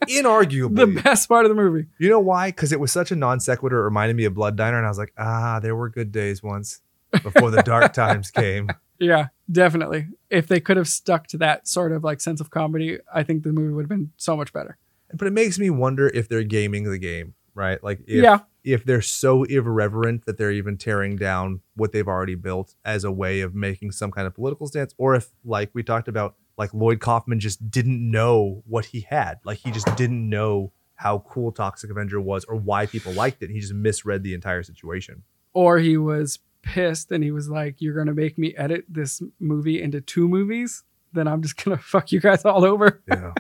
S3: the
S2: Inarguably.
S3: best part of the movie
S2: you know why? Because it was such a non sequitur. It reminded me of Blood Diner. And I was like, ah, there were good days once before the dark times came.
S3: yeah definitely if they could have stuck to that sort of like sense of comedy i think the movie would have been so much better
S2: But it makes me wonder if they're gaming the game, right? Like, if,
S3: yeah
S2: if they're so irreverent that they're even tearing down what they've already built as a way of making some kind of political stance, or if, like we talked about, like Lloyd Kaufman just didn't know what he had. Like he just didn't know how cool Toxic Avenger was or why people liked it. He just misread the entire situation.
S3: or he was pissed and he was like, "You're gonna make me edit this movie into two movies? Then I'm just gonna fuck you guys all over."
S2: Yeah.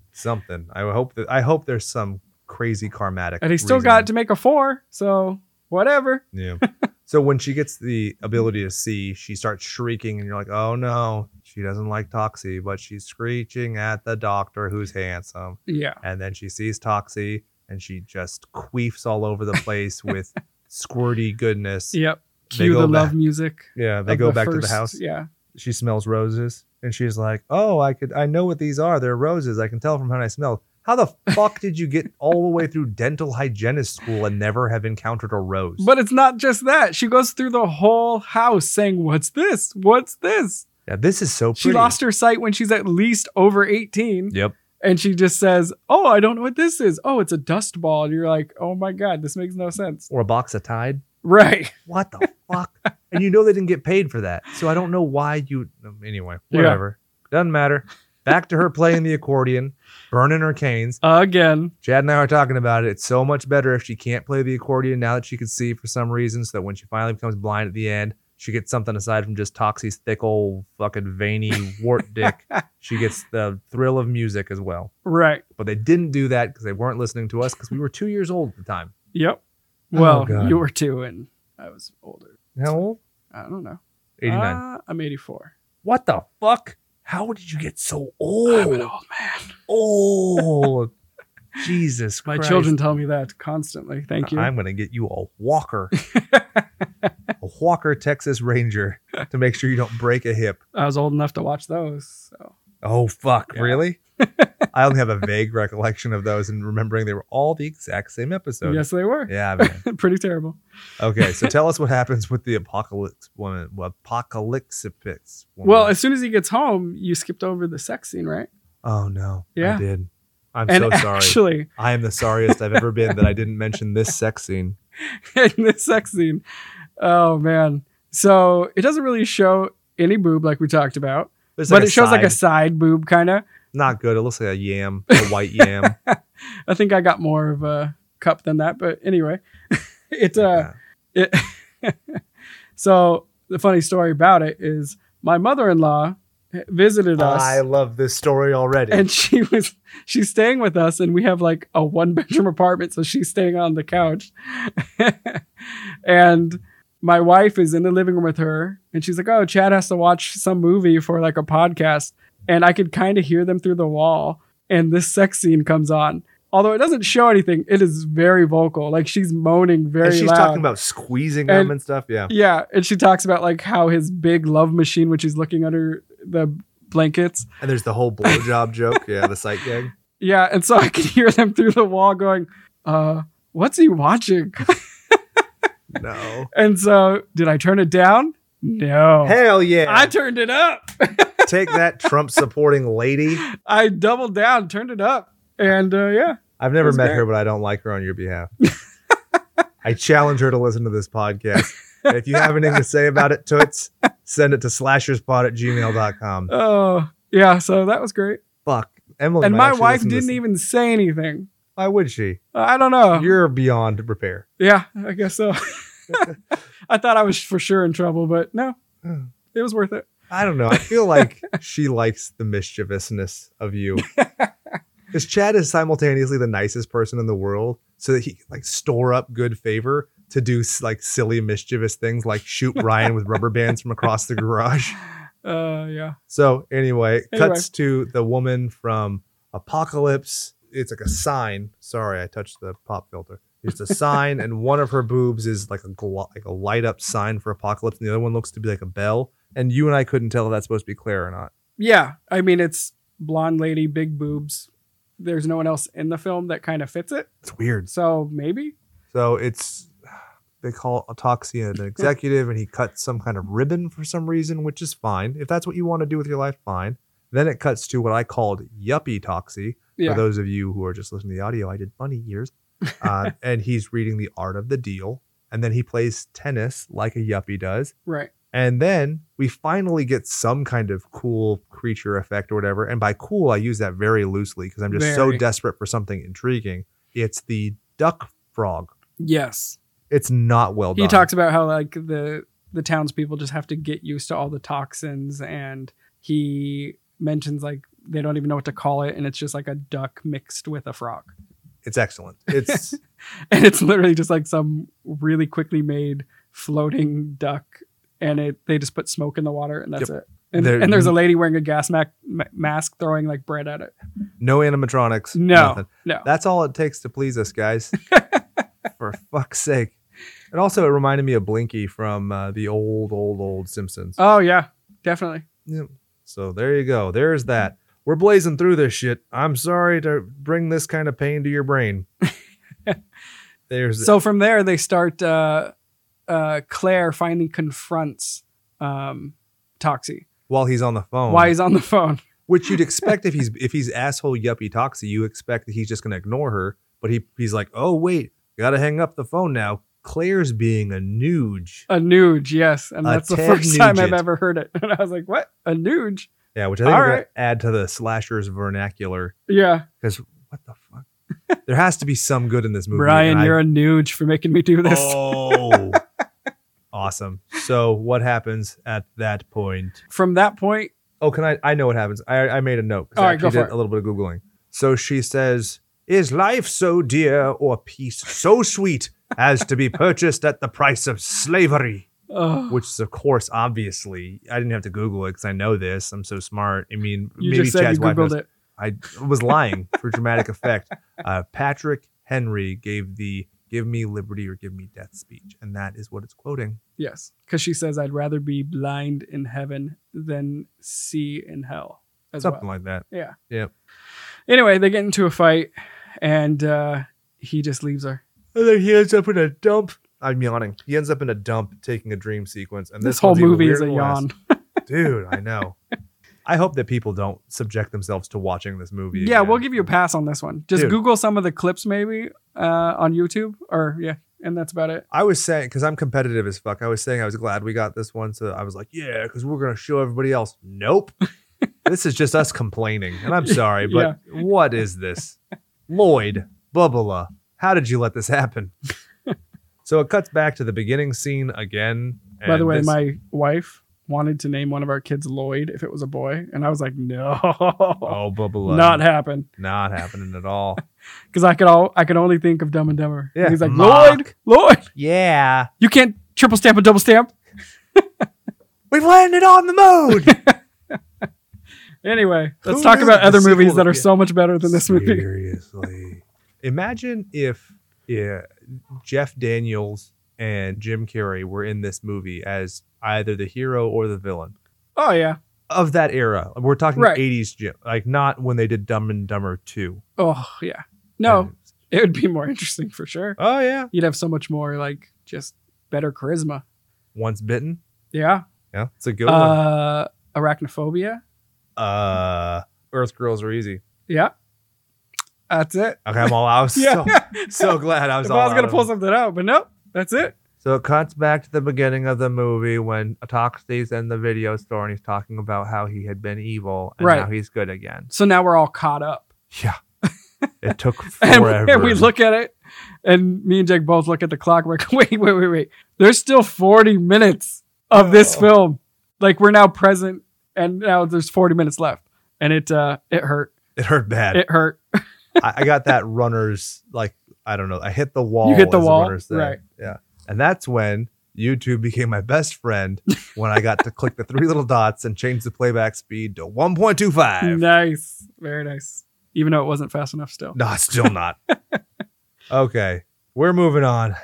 S2: Something. I hope that I hope there's some crazy karmatic.
S3: And he still
S2: reasoning.
S3: got to make a four, so whatever.
S2: Yeah. so when she gets the ability to see, she starts shrieking, and you're like, oh no, she doesn't like Toxie, but she's screeching at the doctor who's handsome.
S3: Yeah,
S2: And then she sees Toxie and she just queefs all over the place with squirty goodness.
S3: yep.
S2: They
S3: Cue
S2: go
S3: the
S2: back-
S3: love music.
S2: Yeah, they
S3: of
S2: go back to the
S3: first-
S2: house.
S3: Yeah,
S2: She smells roses and she's like, oh, I could, I know what these are. They're roses. I can tell from how I smell. How the fuck did you get all the way through dental hygienist school and never have encountered a rose?
S3: but it's not just that. She goes through the whole house saying, "What's this? What's this?"
S2: yeah, this is so pretty.
S3: She lost her sight when she's at least over eighteen.
S2: Yep.
S3: And she just says, "Oh, I don't know what this is. Oh, it's a dust ball." And you're like, "Oh my god, this makes no sense."
S2: Or a box of Tide.
S3: Right?
S2: what the fuck? And you know they didn't get paid for that. So I don't know why you. um, Anyway,
S3: Yeah.
S2: whatever. Doesn't matter. Back to her playing the accordion, burning her canes.
S3: Again.
S2: Chad and I were talking about it. It's so much better if she can't play the accordion now that she can see for some reason, so that when she finally becomes blind at the end, she gets something aside from just Toxie's thick old fucking veiny wart dick. She gets the thrill of music as well.
S3: Right.
S2: But they didn't do that because they weren't listening to us because we were two years old at the time.
S3: Yep. Well,
S2: Oh, God.
S3: you were two and I was older.
S2: How old?
S3: I don't know.
S2: 89.
S3: Uh, I'm 84.
S2: what the fuck? How did you get so
S3: I'm
S2: old?
S3: an old man.
S2: Old. Jesus
S3: My
S2: Christ.
S3: children tell me that constantly. Thank you.
S2: I'm going to get you a walker, a walker Texas Ranger to make sure you don't break a hip.
S3: I was old enough to watch those. So
S2: Oh, fuck.
S3: Yeah.
S2: Really? I only have a vague recollection of those and remembering they were all the exact same episode.
S3: yes, they were.
S2: Yeah, man.
S3: Pretty terrible.
S2: Okay, so tell us what happens with the apocalypse woman. Apocalypse woman.
S3: Well, as soon as he gets home, you skipped over the sex scene, right?
S2: oh no,
S3: Yeah.
S2: I did. I'm
S3: and
S2: so sorry.
S3: actually,
S2: I am the sorriest I've ever been that I didn't mention this sex scene.
S3: in this sex scene, oh man. So it doesn't really show any boob like we talked about,
S2: It's
S3: but
S2: a
S3: it shows like a
S2: side-
S3: side boob kind of.
S2: not good. It looks like a yam, a white yam.
S3: I think I got more of a cup than that, but anyway, it uh, it. so the funny story about it is my mother-in-law visited us.
S2: I love this story already.
S3: and she was she's staying with us and we have like a one bedroom apartment so she's staying on the couch and my wife is in the living room with her and she's like oh chad has to watch some movie for like a podcast and i could kind of hear them through the wall and this sex scene comes on although it doesn't show anything it is very vocal like she's moaning very
S2: And she's
S3: loud
S2: talking about squeezing them
S3: And-
S2: and stuff. Yeah.
S3: yeah and she talks about like how his big love machine which he's looking under the blankets
S2: And there's the whole blowjob joke. Yeah, the sight gag.
S3: Yeah, and so I could hear them through the wall going, uh, what's he watching?
S2: No.
S3: And so did I turn it down? No.
S2: Hell yeah.
S3: Oh. I turned it up.
S2: Take that Trump supporting lady.
S3: I doubled down, turned it up. And uh, yeah,
S2: I've never
S3: That's
S2: met
S3: great.
S2: her, but I don't like her on your behalf. I challenge her to listen to this podcast. And if you have anything to say about it, Toots, send it to slasherspot at gmail.com.
S3: oh, yeah, so that was great.
S2: Fuck. Emily.
S3: and
S2: might
S3: my
S2: actually
S3: wife
S2: listen to
S3: didn't
S2: this.
S3: even Uh-huh. say anything.
S2: Why would she?
S3: I don't know.
S2: You're beyond repair.
S3: yeah, I guess so. I thought I was for sure in trouble, but no,
S2: Hmm.
S3: it was worth it.
S2: I don't know. I feel like she likes the mischievousness of you. Because Chad is simultaneously the nicest person in the world, so that he can like store up good favor to do s- like silly mischievous things like shoot Ryan with rubber bands from across the garage.
S3: Uh, yeah.
S2: So anyway, it
S3: Anyway.
S2: cuts to the woman from Apocalypse. It's like a sign. Sorry, I touched the pop filter. It's a sign, and one of her boobs is like a gl- like a light up sign for Apocalypse, and the other one looks to be like a bell. And you and I couldn't tell if that's supposed to be Claire or not.
S3: Yeah, I mean, it's blonde lady, big boobs. There's no one else in the film that kind of fits it.
S2: It's weird.
S3: So maybe.
S2: So it's they call Autoxia an executive, and he cuts some kind of ribbon for some reason, which is fine. If that's what you want to do with your life, fine. Then it cuts to what I called yuppie toxie,
S3: Yeah.
S2: For those of you who are just listening to the audio, I did bunny ears. Uh, and he's reading The Art of the Deal. And then he plays tennis like a yuppie does.
S3: right.
S2: And then we finally get some kind of cool creature effect or whatever. And by cool, I use that very loosely because I'm just so
S3: Very.
S2: desperate for something intriguing. It's the duck frog.
S3: Yes.
S2: It's not well done.
S3: He talks about how like the the townspeople just have to get used to all the toxins and he mentions like they don't even know what to call it and it's just like a duck mixed with a frog.
S2: It's excellent. It's
S3: And it's literally just like some really quickly made floating duck and it they just put smoke in the water and that's it. And,
S2: There-
S3: and there's a lady wearing a gas mac- ma- mask throwing like bread at it.
S2: no animatronics.
S3: No.
S2: nothing.
S3: No.
S2: That's all it takes to please us, guys. For fuck's sake. And also, it reminded me of Blinky from uh, the old, old, old Simpsons.
S3: Oh yeah, definitely.
S2: Yep. So there you go. There's that. We're blazing through this shit. I'm sorry to bring this kind of pain to your brain. There's
S3: So from there, they start. Uh, uh, Claire finally confronts um, Toxie
S2: while he's on the phone.
S3: while he's on the phone.
S2: Which you'd expect if he's if he's asshole yuppie toxie, you expect that he's just gonna ignore her. But he he's like, oh wait, gotta hang up the phone now. Claire's being a nooge.
S3: A nuge, yes, and
S2: A
S3: that's the
S2: Ted
S3: first time I've
S2: Nugent.
S3: ever heard it. And I was like, "What? A nuge?
S2: Yeah, which I think
S3: All
S2: we're
S3: right.
S2: gonna add to the slasher's vernacular
S3: Yeah.
S2: because what the fuck? there has to be some good in this movie.
S3: Brian,
S2: and I-
S3: you're a nooge for making me do this.
S2: Oh, awesome. So what happens at that point?
S3: From that point,
S2: Oh, can I? I know what happens. I, I made a note. 'cause
S3: All
S2: I
S3: right, go
S2: actually
S3: for
S2: did
S3: it.
S2: A little bit of googling. So she says, "Is life so dear, or peace so sweet, as to be purchased at the price of slavery?"
S3: oh,
S2: Which is, of course, obviously, I didn't have to Google it because I know this. I'm so smart. I mean,
S3: you
S2: maybe
S3: just said
S2: Chad's
S3: you
S2: wife knows.
S3: Googled it.
S2: I was lying for dramatic effect. Uh, Patrick Henry gave the "Give me liberty or give me death" speech, and that is what it's quoting.
S3: Yes. Because she says, I'd rather be blind in heaven than see in hell as well.
S2: Something like that.
S3: Yeah.
S2: Yep.
S3: Anyway, they get into a fight and uh, he just leaves her.
S2: And then he ends up in a dump. I'm yawning. He ends up in a dump taking a dream sequence, and
S3: This,
S2: this,
S3: whole
S2: one's even
S3: movie is a
S2: weirder than last-
S3: yawn.
S2: dude. I know. I hope that people don't subject themselves to watching this movie.
S3: Yeah,
S2: again.
S3: we'll give you a pass on this one. Just
S2: Dude.
S3: Google some of the clips maybe uh, on YouTube or, yeah, and that's about it.
S2: I was saying because I'm competitive as fuck. I was saying I was glad we got this one, so I was like, yeah, because we're gonna show everybody else. Nope, this is just us complaining, and I'm sorry, but what is this, Lloyd Bubala? How did you let this happen? so it cuts back to the beginning scene again.
S3: By the
S2: and
S3: way,
S2: this-
S3: my wife wanted to name one of our kids Lloyd if it was a boy. And I was like, no,
S2: oh Bubala,
S3: not happen.
S2: not happening at all.
S3: Because I could all I could only think of Dumb and Dumber.
S2: Yeah,
S3: He's like, Lloyd,
S2: Mark.
S3: Lloyd,
S2: yeah,
S3: you can't triple stamp and double stamp.
S2: we've landed on the moon.
S3: Anyway, let's
S2: Who
S3: talk
S2: knew
S3: about
S2: that the
S3: other
S2: sequel
S3: movies
S2: would
S3: that are
S2: be-
S3: so much better than this movie.
S2: Seriously. Imagine if yeah, Jeff Daniels and Jim Carrey were in this movie as either the hero or the villain
S3: Oh yeah.
S2: of that era. We're talking
S3: Right.
S2: 80s Jim, like not when they did Dumb and Dumber 2.
S3: Oh yeah. No,
S2: And-
S3: it would be more interesting for sure.
S2: oh, yeah.
S3: You'd have so much more like just better charisma.
S2: Once Bitten.
S3: Yeah.
S2: Yeah. It's a good one.
S3: Uh, arachnophobia.
S2: Uh, Earth Girls Are Easy.
S3: Yeah. That's it.
S2: Okay, I'm all I was
S3: Yeah.
S2: so, so glad I was
S3: If
S2: all
S3: I was
S2: out
S3: gonna
S2: of
S3: pull
S2: it.
S3: something out, but nope, that's it.
S2: So it cuts back to the beginning of the movie when Atoxy's in the video store and he's talking about how he had been evil and
S3: Right.
S2: now he's good again.
S3: So now we're all caught up,
S2: Yeah. It took
S3: and,
S2: forever.
S3: and we look at it, and me and Jake both look at the clock. We're like, wait, wait, wait, wait. There's still 40 minutes of this
S2: Oh.
S3: film. Like we're now present, and now there's 40 minutes left, and it uh, it hurt.
S2: it hurt bad.
S3: It hurt.
S2: I, I got that runner's like I don't know. I hit the wall.
S3: hit the
S2: as a
S3: wall,
S2: runner's thing.
S3: right.
S2: Yeah. And that's when YouTube became my best friend when I got to click the three little dots and change the playback speed to 1.25.
S3: Nice, very nice. Even though it wasn't fast enough, still.
S2: No, it's still not. okay, we're moving on.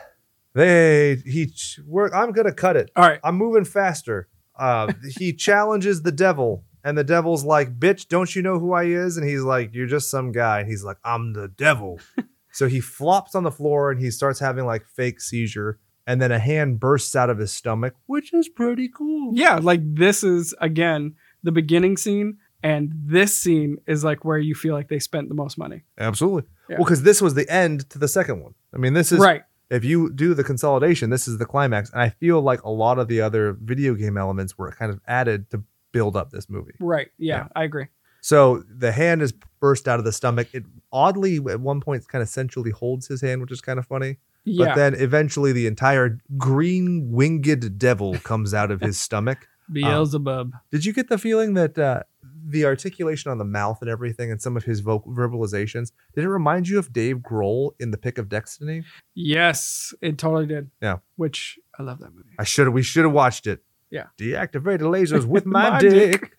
S2: They he we're, I'm gonna cut it.
S3: All right.
S2: I'm moving faster. Uh, he challenges the devil, and the devil's like, "Bitch, don't you know who I is?" And he's like, "You're just some guy." And he's like, "I'm the devil." so he flops on the floor and he starts having like fake seizure, and then a hand bursts out of his stomach, which is pretty cool.
S3: Yeah, like this is again the beginning scene, and this scene is like where you feel like they spent the most money.
S2: absolutely.
S3: Yeah.
S2: Well, because this was the end to the second one. I mean, this is
S3: right.
S2: if you do the consolidation, this is the climax. And I feel like a lot of the other video game elements were kind of added to build up this movie.
S3: Right. Yeah,
S2: Yeah.
S3: I agree.
S2: So the hand is burst out of the stomach. It oddly at one point kind of sensually holds his hand, which is kind of funny. But
S3: Yeah.
S2: then eventually the entire green winged devil comes out of his stomach.
S3: Beelzebub.
S2: Did you get the feeling that uh, the articulation on the mouth and everything and some of his voc verbalizations did it remind you of Dave Grohl in The Pick of Destiny?
S3: Yes, it totally did.
S2: Yeah.
S3: Which I love that movie.
S2: I should have. We should have watched it.
S3: Yeah.
S2: Deactivate the lasers with my,
S3: My
S2: dick.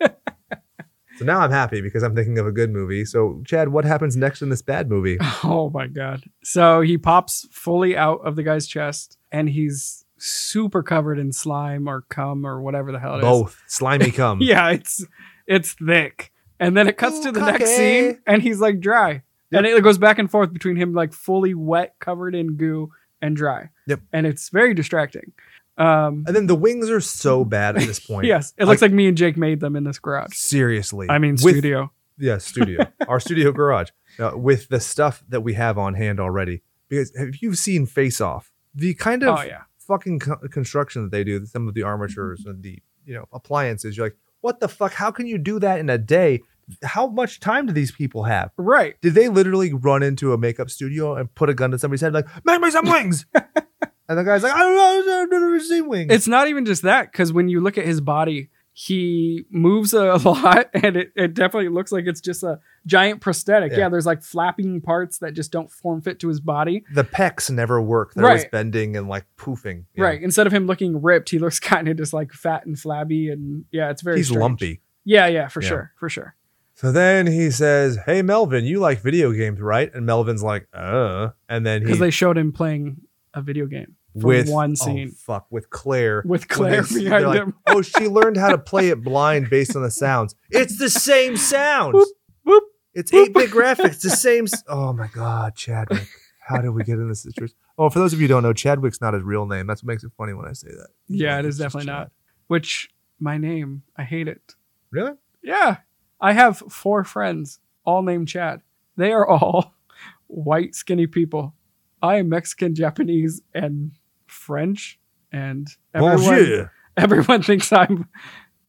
S2: so now I'm happy because I'm thinking of a good movie. So Chad, what happens next in this bad movie?
S3: Oh my god. So he pops fully out of the guy's chest and he's super covered in slime or cum or whatever the hell it is.
S2: Both slimy cum.
S3: Oh, Yeah, it's it's thick. And then it cuts to
S2: Ooh,
S3: the next
S2: cocky.
S3: scene and he's like dry. And it goes back and forth between him like fully wet, covered in goo and dry.
S2: Yep.
S3: And it's very distracting. Um
S2: And then the wings are so bad at this point.
S3: yes, it looks like me and Jake made them in this garage.
S2: Seriously.
S3: I mean
S2: With-
S3: studio.
S2: Yeah, studio. Our studio garage. Uh, with the stuff that we have on hand already. Because if you've seen Face Off, the kind of
S3: Oh yeah. Mm-hmm.
S2: fucking co- construction that they do, some of the armatures and the you know appliances, you're like, what the fuck? How can you do that in a day? How much time do these people have?
S3: Right.
S2: Did they literally run into a makeup studio and put a gun to somebody's head, like, make me some wings? and the guy's like, I don't know, I've never seen wings.
S3: It's not even just that, because when you look at his body, he moves a lot and it, it definitely looks like it's just a giant prosthetic.
S2: Yeah.
S3: Yeah. there's like flapping parts that just don't form fit to his body.
S2: the pecs never work. They're always
S3: Right.
S2: bending and like poofing. Yeah.
S3: Right. Instead of him looking ripped, he looks kind of just like fat and flabby. And yeah, it's very
S2: He's
S3: strange.
S2: lumpy.
S3: Yeah, yeah, for
S2: Yeah.
S3: sure. For sure.
S2: So then he says, Hey, Melvin, you like video games, right? And Melvin's like, Uh. And then he,
S3: Because they showed him playing a video game for
S2: with
S3: one
S2: oh,
S3: scene
S2: fuck, with Claire.
S3: with
S2: When
S3: Claire
S2: they-
S3: behind
S2: they're like,
S3: him.
S2: oh, she learned how to play it blind based on the sounds. It's the same sounds.
S3: Whoop, whoop,
S2: it's
S3: whoop.
S2: eight bit graphics. The same. s- Oh my god, Chadwick. How did we get in this situation? Oh, for those of you who don't know, Chadwick's not his real name. That's what makes it funny when I say that.
S3: Yeah, it
S2: It's
S3: is
S2: just
S3: definitely
S2: Chad.
S3: not. Which my name, I hate it.
S2: Really?
S3: Yeah. I have four friends, all named Chad. They are all white, skinny people. I am Mexican, Japanese, and French. And everyone,
S2: Bonjour.
S3: everyone thinks I'm,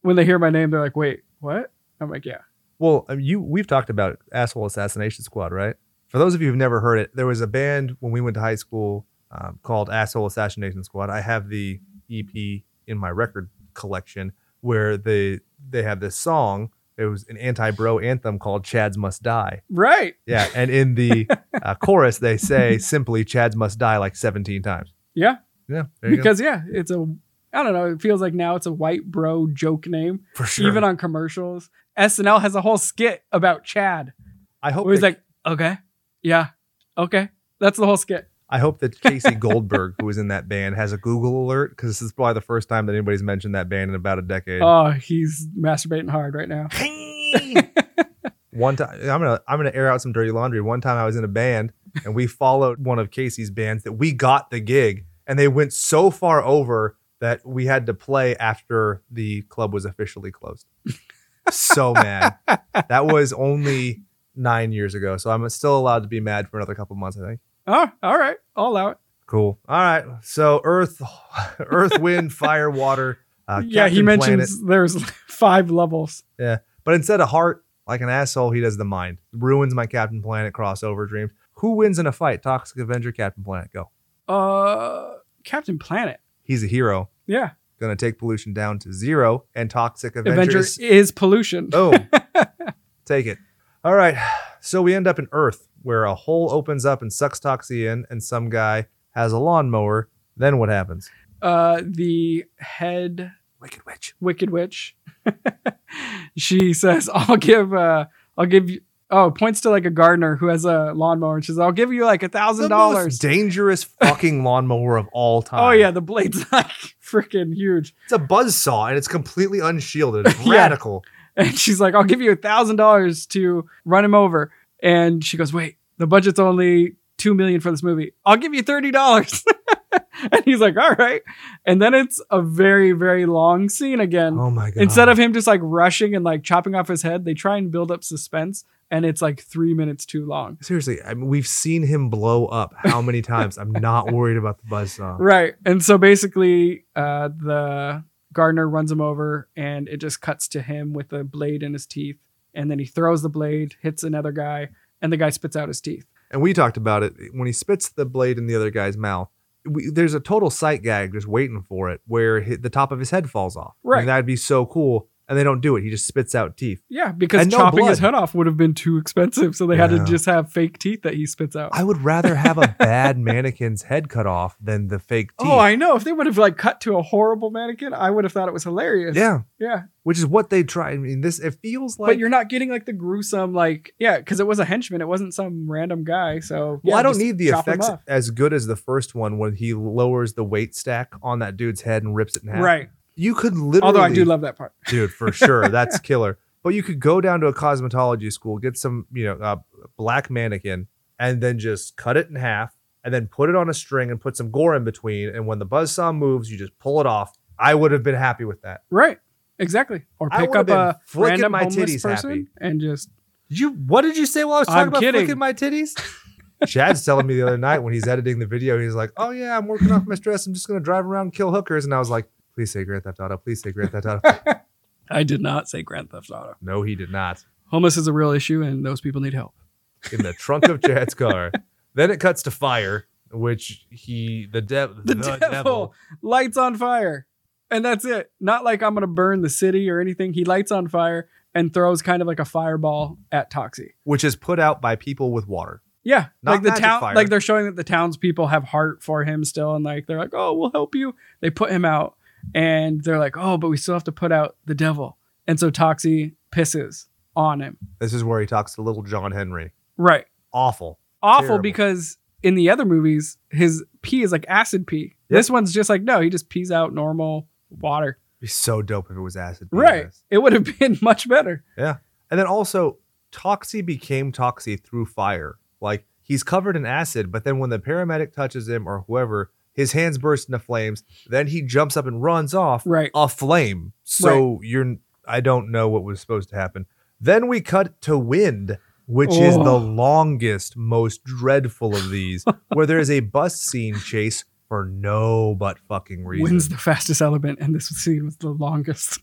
S3: when they hear my name, they're like, wait, what? I'm like, yeah.
S2: Well, um, you we've talked about Asshole Assassination Squad, right? For those of you who've never heard it, there was a band when we went to high school um, called Asshole Assassination Squad. I have the EP in my record collection where they they have this song. It was an anti-bro anthem called "Chads Must Die."
S3: Right.
S2: Yeah, and in the uh, chorus they say simply "Chads Must Die" like seventeen times.
S3: Yeah.
S2: yeah, there you go.
S3: Because, yeah, it's a, I don't know. It feels like now it's a white bro joke name,
S2: for sure.
S3: even on commercials. SNL has a whole skit about Chad.
S2: I hope
S3: Where he's
S2: that-
S3: like, okay. Yeah. Okay. That's the whole skit.
S2: I hope that Casey Goldberg, who was in that band, has a Google alert because this is probably the first time that anybody's mentioned that band in about a decade.
S3: Oh, he's masturbating hard right now.
S2: One time, I'm gonna I'm gonna air out some dirty laundry. One time, I was in a band and we followed one of Casey's bands that we got the gig, and they went so far over that we had to play after the club was officially closed. So mad. That was only nine years ago, so I'm still allowed to be mad for another couple months, I think.
S3: Oh, all right. I'll allow it.
S2: Cool. All right. So Earth, Earth, Wind, Fire, Water. Uh,
S3: yeah, he
S2: Captain
S3: mentions
S2: Planet.
S3: there's five levels.
S2: but instead of heart, like an asshole, he does the mind. Ruins my Captain Planet crossover dreams. Who wins in a fight? Toxic Avenger, Captain Planet. Go.
S3: Uh, Captain Planet.
S2: He's a hero.
S3: Yeah,
S2: Gonna take pollution down to zero, and Toxic Avenger.
S3: Avenger
S2: is-
S3: is pollution.
S2: boom. take it. All right. So we end up in Earth, where a hole opens up and sucks Toxie in, and some guy has a lawnmower. Then what happens?
S3: Uh, the head
S2: Wicked Witch.
S3: Wicked Witch. she says, "I'll give. Uh, I'll give you." Oh, points to like a gardener who has a lawnmower, and she says, "I'll give you like a thousand dollars."
S2: The most dangerous fucking lawnmower of all time.
S3: Oh yeah, the blade's like freaking huge.
S2: it's a buzzsaw and it's completely unshielded. It's
S3: Yeah.
S2: Radical.
S3: And she's like, I'll give you a thousand dollars to run him over. And she goes, Wait, the budget's only two million for this movie. I'll give you thirty dollars. and he's like, All right. And then it's a very, very long scene again.
S2: Oh my god!
S3: Instead of him just like rushing and like chopping off his head, they try and build up suspense and it's like three minutes too long.
S2: seriously, I mean, we've seen him blow up how many times? I'm not worried about the buzzsaw.
S3: Right. And so basically, uh, the gardener runs him over and it just cuts to him with a blade in his teeth. And then he throws the blade, hits another guy, and the guy spits out his teeth.
S2: And we talked about it when he spits the blade in the other guy's mouth. We, there's a total sight gag just waiting for it, where hi the top of his head falls off. I mean,
S3: Right.
S2: that'd be so cool, and they don't do it. He just spits out teeth.
S3: Yeah, because
S2: And no
S3: chopping his
S2: blood.
S3: head off would have been too expensive. So they had
S2: Yeah.
S3: to just have fake teeth that he spits out.
S2: I would rather have a bad mannequin's head cut off than the fake teeth.
S3: oh, I know. If they would have like cut to a horrible mannequin, I would have thought it was hilarious.
S2: yeah.
S3: Yeah.
S2: which is what they try. I mean, this it feels like.
S3: but you're not getting like the gruesome, like, yeah, because it was a henchman. It wasn't some random guy. So,
S2: well,
S3: yeah,
S2: I don't
S3: just
S2: need the
S3: chop him
S2: effects
S3: up.
S2: as good as the first one when he lowers the weight stack on that dude's head and rips it in half.
S3: Right.
S2: You could literally.
S3: Although I do love that part.
S2: dude, for sure, that's killer. But you could go down to a cosmetology school, get some, you know, uh, black mannequin, and then just cut it in half, and then put it on a string and put some gore in between. And when the buzzsaw moves, you just pull it off. I would have been happy with that.
S3: Right. Exactly. Or
S2: I
S3: pick
S2: would've
S3: up
S2: been
S3: a
S2: flicking
S3: random
S2: my
S3: homeless
S2: titties
S3: person
S2: happy.
S3: and just
S2: Did you what did you say while I was talking
S3: I'm
S2: about
S3: kidding.
S2: flicking my titties? Chad's telling me the other night when he's editing the video, he's like, "Oh yeah, I'm working off my stress. I'm just gonna drive around and kill hookers." And I was like, "Please say Grand Theft Auto. Please say Grand Theft Auto."
S3: I did not say Grand Theft Auto.
S2: No, he did not.
S3: Homeless is a real issue, and those people need help.
S2: In the trunk of Chad's car. Then it cuts to fire, which he the, de-
S3: The, devil, lights on fire, and that's it. Not like I'm gonna burn the city or anything. He lights on fire and throws kind of like a fireball at Toxie.
S2: which is put out by people with water.
S3: Yeah,
S2: Not
S3: like the
S2: magic
S3: town,
S2: fire.
S3: like they're showing that the townspeople have heart for him still, and like they're like, oh, we'll help you. They put him out, and they're like, oh, but we still have to put out the devil, and so Toxie pisses on him.
S2: This is where he talks to little John Henry.
S3: Right,
S2: Awful.
S3: awful
S2: Terrible.
S3: because in the other movies, his pee is like acid pee.
S2: Yep.
S3: This one's just like no, he just pees out normal water.
S2: It'd be so dope if it was acid. being
S3: Right,
S2: this.
S3: it would have been much better.
S2: And then also, Toxie became Toxie through fire. Like he's covered in acid, but then when the paramedic touches him or whoever, his hands burst into flames. Then he jumps up and runs off
S3: Right,
S2: a flame. So you're, I don't know what was supposed to happen. Then we cut to wind, which is the
S3: Oh.
S2: longest, most dreadful of these, where there is a bus scene chase for no but fucking reason.
S3: wins the fastest element, and this scene was the longest.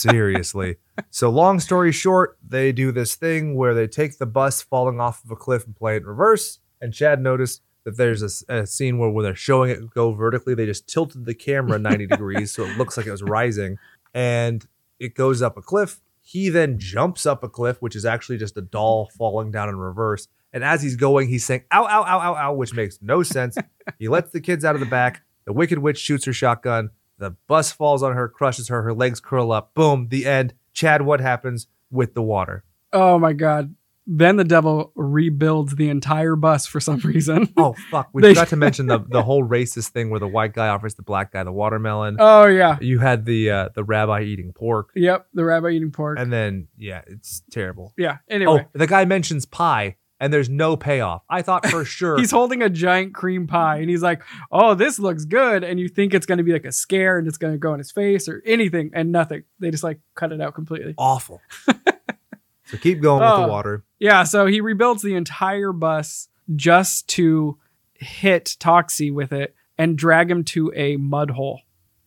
S2: Seriously. so long story short, they do this thing where they take the bus falling off of a cliff and play it in reverse. And Chad noticed that there's a s- a, scene where when they're showing it go vertically, they just tilted the camera 90 degrees so it looks like it was rising. And it goes up a cliff. He then jumps up a cliff, which is actually just a doll falling down in reverse. And as he's going, he's saying, ow, ow, ow, ow, ow, which makes no sense. he lets the kids out of the back. The Wicked Witch shoots her shotgun. The bus falls on her, crushes her, her legs curl up. Boom, the end. Chad, what happens with the water?
S3: Oh my god. Then the devil rebuilds the entire bus for some reason.
S2: Oh, fuck. We
S3: They-
S2: forgot to mention the, the whole racist thing where the white guy offers the black guy the watermelon.
S3: oh yeah.
S2: You had the uh, the rabbi eating pork.
S3: Yep, the rabbi eating pork.
S2: And then, yeah, it's terrible.
S3: yeah. Anyway,
S2: Oh, the guy mentions pie and there's no payoff. I thought for sure.
S3: he's holding a giant cream pie and he's like, "Oh, this looks good." And you think it's going to be like a scare and it's going to go in his face or anything and nothing. They just like cut it out completely.
S2: awful. so keep going with
S3: Oh.
S2: the water.
S3: Yeah, so he rebuilds the entire bus just to hit Toxie with it and drag him to a mud hole.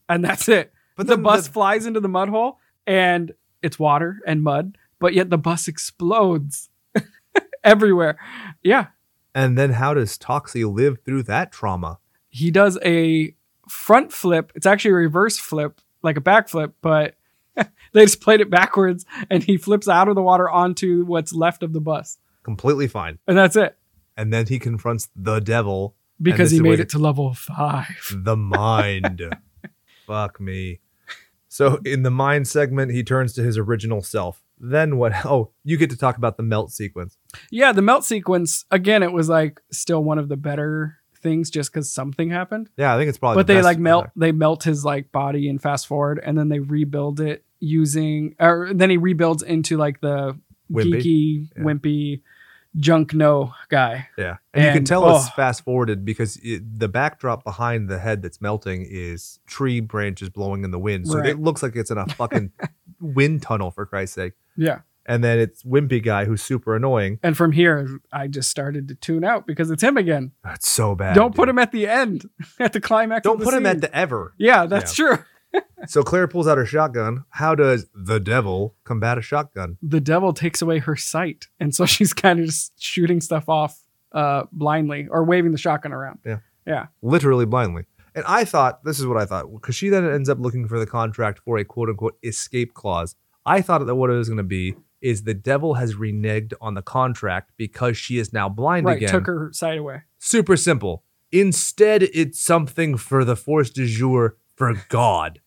S3: And that's it.
S2: But
S3: the
S2: then
S3: bus flies into the mud hole and it's water and mud, but yet the bus explodes everywhere. Yeah,
S2: And then how does Toxie live through that trauma?
S3: he does a front flip. It's actually a reverse flip, like a back flip, but they just played it backwards and he flips out of the water onto what's left of the bus.
S2: Completely fine.
S3: And that's it
S2: And then he confronts the devil, this
S3: because he
S2: is where Hmm.
S3: made
S2: you-
S3: it to level five.
S2: the mind. Fuck me. So in the mind segment, he turns to his original self. Then what? Oh, you get to talk about the melt sequence.
S3: Yeah, the melt sequence, again, it was like still one of the better things just because something happened.
S2: Yeah, I think it's probably.
S3: but
S2: Oh, the
S3: they
S2: best
S3: like melt
S2: there.
S3: they melt his like body and fast forward and then they rebuild it using or then he rebuilds into like the
S2: Wimpy.
S3: geeky
S2: Yeah.
S3: wimpy junk no guy
S2: Yeah, and, you can
S3: and-
S2: tell it's
S3: oh.
S2: fast forwarded because it, the backdrop behind the head that's melting is tree branches blowing in the wind, so
S3: Right.
S2: it looks like it's in a fucking wind tunnel for Christ's sake.
S3: yeah
S2: And then it's wimpy guy who's super annoying.
S3: and from here i just started to tune out because it's him again
S2: That's so bad.
S3: don't put
S2: dude.
S3: him at the end at the climax
S2: Don't
S3: of the
S2: put him at
S3: scene.
S2: the ever.
S3: yeah that's true
S2: So Claire pulls out her shotgun. How does the devil combat a shotgun?
S3: the devil takes away her sight and so she's kind of just shooting stuff off uh blindly or waving the shotgun around
S2: literally blindly. And I thought, this is what I thought, because she then ends up looking for the contract for a quote unquote escape clause. I thought that what it was going to be is the devil has reneged on the contract because she is now blind
S3: right
S2: again.
S3: took her sight away
S2: Super simple. Instead, it's something for the force du jour for God.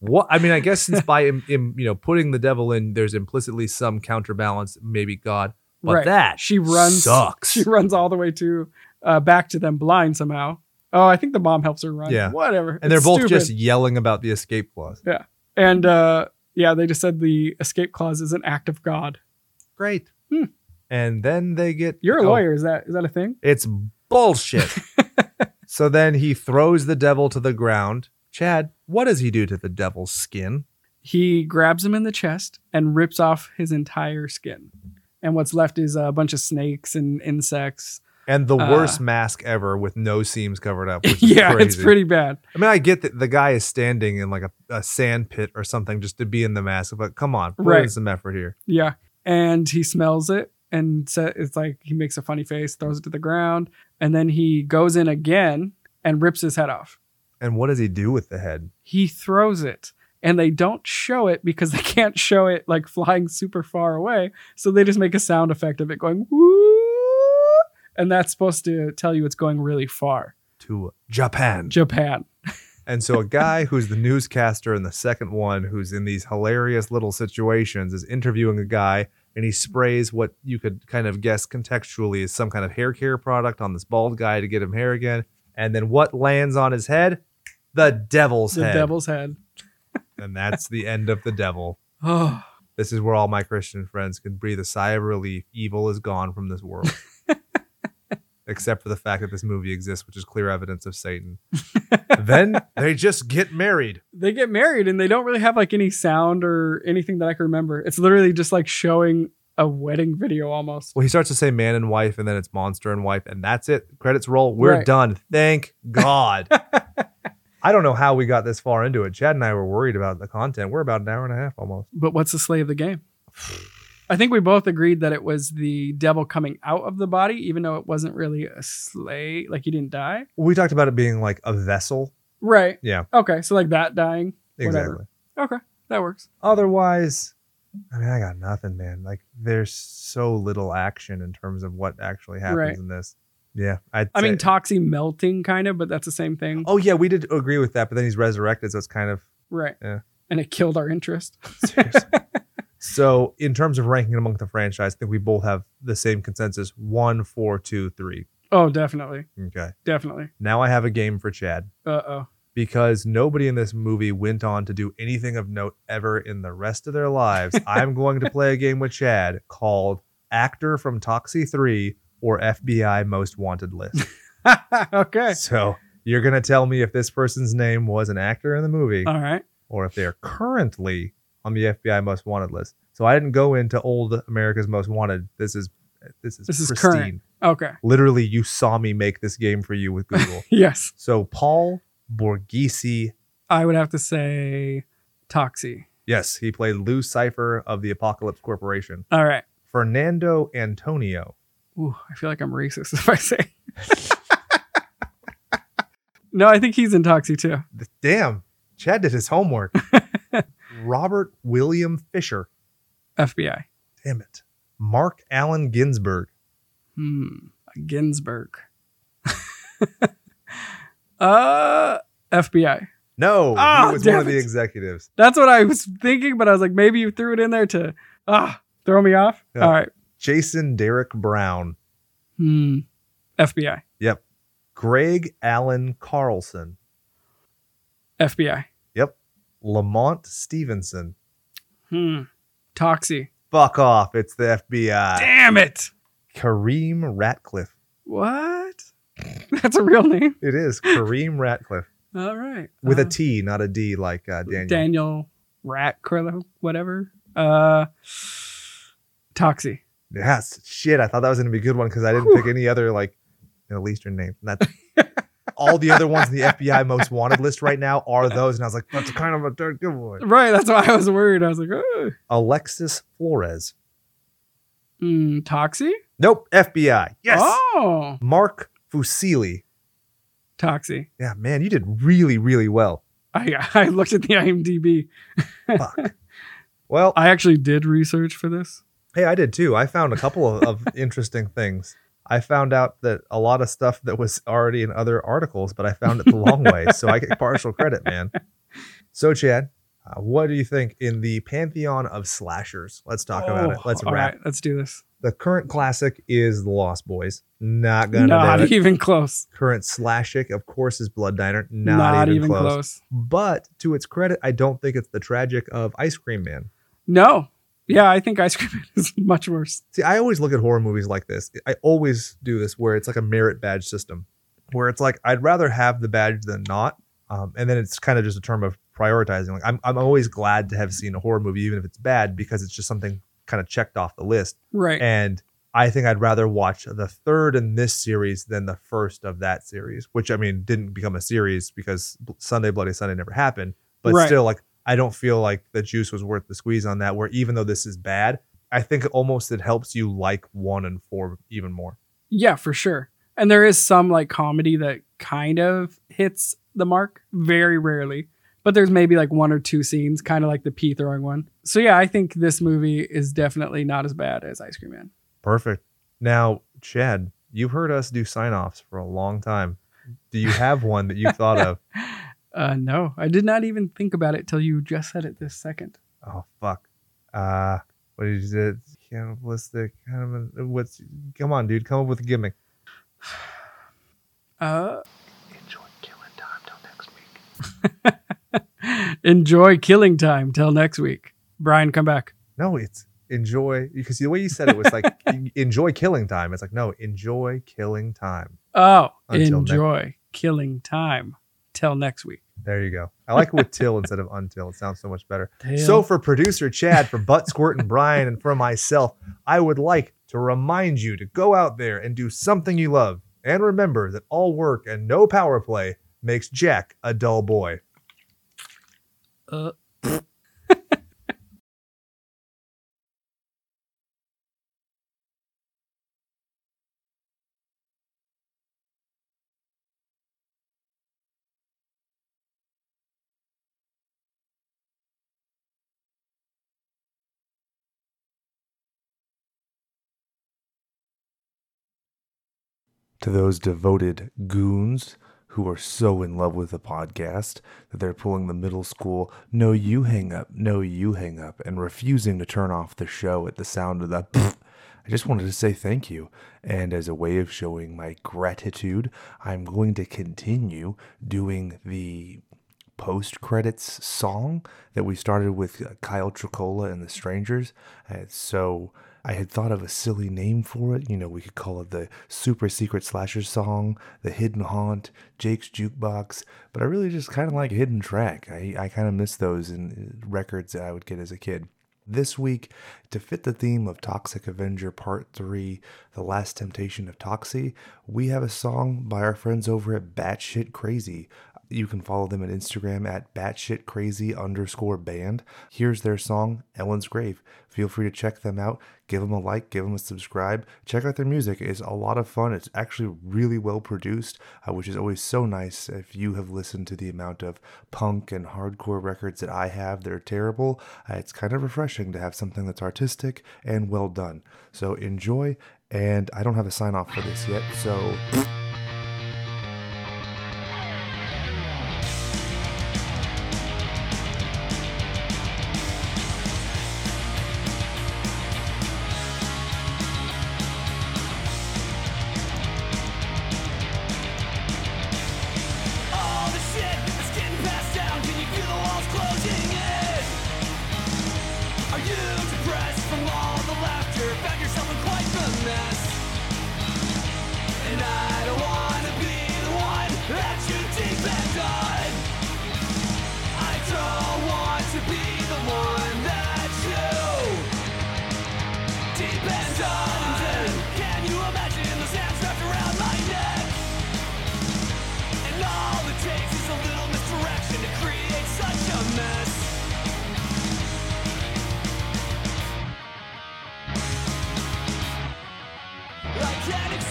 S2: what I mean, I guess since by im, im- you know putting the devil in, there's implicitly some counterbalance, maybe God. But
S3: Right.
S2: that
S3: She runs-
S2: sucks.
S3: she runs all the way to uh, back to them blind somehow. Oh, I think the mom helps her run.
S2: Yeah.
S3: whatever.
S2: and they're
S3: It's
S2: both
S3: stupid.
S2: just yelling about the escape clause.
S3: and uh, yeah, they just said the escape clause is an act of God.
S2: Great.
S3: Hmm.
S2: And then they get
S3: You're a
S2: oh,
S3: lawyer, is that is that a thing?
S2: It's bullshit. so then he throws the devil to the ground. Chad, what does he do to the devil's skin?
S3: He grabs him in the chest and rips off his entire skin, and what's left is a bunch of snakes and insects.
S2: and the
S3: Uh,
S2: worst mask ever with no seams covered up. Which is
S3: yeah,
S2: crazy.
S3: it's pretty bad.
S2: I mean, I get that the guy is standing in like a, a sand pit or something just to be in the mask, but come on, put in
S3: Right.
S2: some effort here.
S3: Yeah. And he smells it and sa it's like he makes a funny face, throws it to the ground, and then he goes in again and rips his head off.
S2: And what does he do with the head?
S3: He throws it. And they don't show it because they can't show it like flying super far away. So they just make a sound effect of it going woo. And that's supposed to tell you it's going really far.
S2: To uh, Japan.
S3: Japan.
S2: And so a guy who's the newscaster in the second one, who's in these hilarious little situations, is interviewing a guy and he sprays what you could kind of guess contextually is some kind of hair care product on this bald guy to get him hair again. And then what lands on his head? The devil's
S3: The
S2: head.
S3: devil's head.
S2: And that's the end of the devil.
S3: Oh,
S2: This is where all my Christian friends can breathe a sigh of relief. Evil is gone from this world. Except for the fact that this movie exists, which is clear evidence of Satan. then they just get married.
S3: they get married and they don't really have like any sound or anything that I can remember. It's literally just like showing a wedding video almost.
S2: Well, he starts to say man and wife, and then it's monster and wife, and that's it. Credits roll. We're
S3: Right.
S2: done. Thank God. I don't know how we got this far into it. Chad and I were worried about the content. We're about an hour and a half almost.
S3: But what's the slay of the game? I think we both agreed that it was the devil coming out of the body, even though it wasn't really a slay, like he didn't die.
S2: We talked about it being like a vessel.
S3: Right.
S2: Yeah.
S3: Okay. So like that dying.
S2: Exactly.
S3: Whatever. Okay. That works.
S2: Otherwise, I mean, I got nothing, man. Like, there's so little action in terms of what actually happens
S3: Right.
S2: in this. Yeah. I'd
S3: I mean,
S2: say-
S3: Toxie melting kind of, but that's the same thing.
S2: oh, yeah, we did agree with that, but then he's resurrected, so it's kind of
S3: Right.
S2: Yeah.
S3: And it killed our interest.
S2: Seriously. so, in terms of ranking among the franchise, I think we both have the same consensus: one, four, two, three.
S3: Oh, definitely.
S2: Okay.
S3: Definitely.
S2: Now I have a game for Chad
S3: Uh oh.
S2: because nobody in this movie went on to do anything of note ever in the rest of their lives. I'm going to play a game with Chad called "Actor from Toxie Three or FBI Most Wanted List."
S3: okay.
S2: so. You're gonna tell me if this person's name was an actor in the movie
S3: All right.
S2: or if they are currently on the FBI Most Wanted list. So I didn't go into old America's Most Wanted. This is this is
S3: This is
S2: pristine.
S3: current. Okay.
S2: Literally, you saw me make this game for you with Google.
S3: Yes.
S2: so Paul Borghese,
S3: I would have to say Toxie.
S2: yes, he played Lou Cipher of the Apocalypse Corporation.
S3: All right.
S2: Fernando Antonio,
S3: Ooh, I feel like I'm racist if I say. no, I think he's in Toxie too.
S2: th- damn, Chad did his homework. Robert William Fisher,
S3: FBI.
S2: damn it. Mark Allen Ginsberg,
S3: Hmm. Ginsburg. uh, FBI.
S2: no,
S3: Ah,
S2: he was one
S3: damn
S2: of the
S3: it.
S2: executives.
S3: That's what I was thinking, but I was like, maybe you threw it in there to ah throw me off.
S2: Yeah.
S3: All right.
S2: Jason Derek Brown,
S3: Hmm. FBI.
S2: Yep. Greg Allen Carlson,
S3: FBI.
S2: Lamont Stevenson.
S3: Hmm. Toxie.
S2: Fuck off. It's the FBI.
S3: Damn it.
S2: Kareem Ratcliffe.
S3: What? That's a real name.
S2: It is Kareem Ratcliffe
S3: All right.
S2: with
S3: Uh,
S2: a T, not a D like uh, Daniel.
S3: Daniel Ratcliffe, whatever. Uh, Toxie.
S2: yes. Shit. I thought that was going to be a good one because I didn't
S3: Whew.
S2: pick any other like Middle Eastern name. That's all the other ones in the FBI most wanted list right now are those. And I was like, that's kind of a dark good one.
S3: Right. That's why I was worried. I was like, oh.
S2: Alexis Flores.
S3: Mm, Toxie?
S2: Nope. FBI. Yes.
S3: Oh,
S2: Mark Fusili.
S3: Toxie.
S2: Yeah, man, you did really, really well.
S3: I, I looked at the IMDb.
S2: Fuck. Well,
S3: I actually did research for this.
S2: hey, I did too. I found a couple of, of interesting things. I found out that a lot of stuff that was already in other articles, but I found it the long way, so I get partial credit, man. So, Chad, uh, what do you think in the pantheon of slashers? Let's talk about it.
S3: Oh,
S2: Let's
S3: all
S2: wrap.
S3: right, let's do this.
S2: The current classic is The Lost Boys. Not gonna do
S3: Not
S2: it.
S3: even close.
S2: Current slashic, of course, is Blood Diner. Not,
S3: Not,
S2: even,
S3: even
S2: close.
S3: close.
S2: But to its credit, I don't think it's the tragic of Ice Cream Man.
S3: No. Yeah, I think Ice Cream Man is much worse.
S2: See, I always look at horror movies like this. I always do this where it's like a merit badge system, where it's like I'd rather have the badge than not. Um, and then it's kind of just a term of prioritizing. Like I'm, I'm always glad to have seen a horror movie, even if it's bad, because it's just something kind of checked off the list.
S3: Right.
S2: And
S5: I think I'd rather watch the third in this series than the first of that series, which I mean didn't become a series because B- Sunday Bloody Sunday never happened. But
S3: Right.
S5: still, like I don't feel like the juice was worth the squeeze on that. Where even though this is bad, I think almost it helps you like one and four even more.
S3: Yeah, for sure. And there is some like comedy that kind of hits the mark, very rarely. But there's maybe like one or two scenes, kind of like the pea throwing one. So yeah, I think this movie is definitely not as bad as Ice Cream Man.
S5: Perfect. Now, Chad, you've heard us do sign offs for a long time. Do you have one that you thought of?
S3: Uh, no, I did not even think about it till you just said it this second.
S5: Oh fuck. Uh what is it? Cannibalistic kind of what's come on, dude, come up with a gimmick.
S3: Uh, enjoy killing time till next week. Brian, come back.
S5: No, it's enjoy because the way you said it was like en- enjoy killing time. It's like no, enjoy killing time.
S3: Oh,
S5: Until next-
S3: enjoy killing time till next week.
S5: There you go. I like it with till instead of until. It sounds so much better.
S3: Till-
S5: So for producer Chad, for Butt Squirt and Brian, and for myself, I would like to remind you to go out there and do something you love. And remember that all work and no power play makes Jack a dull boy.
S3: Uh,
S2: to those devoted goons who are so in love with the podcast that they're pulling the middle school no you hang up no you hang up and refusing to turn off the show at the sound of the pfft. I just wanted to say thank you. And as a way of showing my gratitude, I'm going to continue doing the post credits song that we started with uh, Kyle Tricola and the Strangers. Uh, so I had thought of a silly name for it. You know, we could call it the Super Secret Slasher Song, the Hidden Haunt, Jake's Jukebox. But I really just kind of like Hidden Track. I, I kind of miss those in uh, records that I would get as a kid. This week, to fit the theme of Toxic Avenger Part 3, The Last Temptation of Toxie, we have a song by our friends over at Batshit Crazy. You can follow them on Instagram at batshitcrazy underscore band. Here's their song, Ellen's Grave. Feel free to check them out. Give them a like, give them a subscribe. Check out their music. It's a lot of fun. It's actually really well produced, uh, which is always so nice if you have listened to the amount of punk and hardcore records that I have that are terrible. Uh, it's kind of refreshing to have something that's artistic and well done. So enjoy. And I don't have a sign off for this yet, so.
S6: All the shit that's getting passed down, can you feel the walls closing in? Are you depressed from all the laughter? Found yourself in quite the mess. And I don't wanna be the one that you depend on. I don't want to be the one that you depend on. Can you imagine the sands wrapped around my neck? And all it takes is a little misdirection to create such a mess. I can't explain.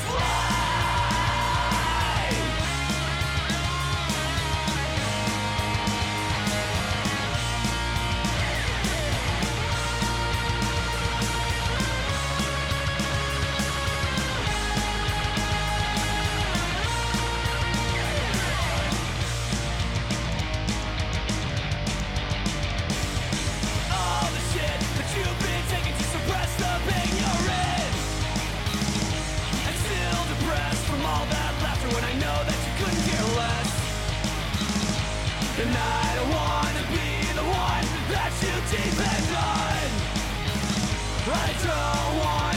S6: All the shit that you've been taking to suppress the pain you're in. I'm still depressed from all that laughter when I know that you couldn't care less. And I don't wanna be the one that you depend on. I don't want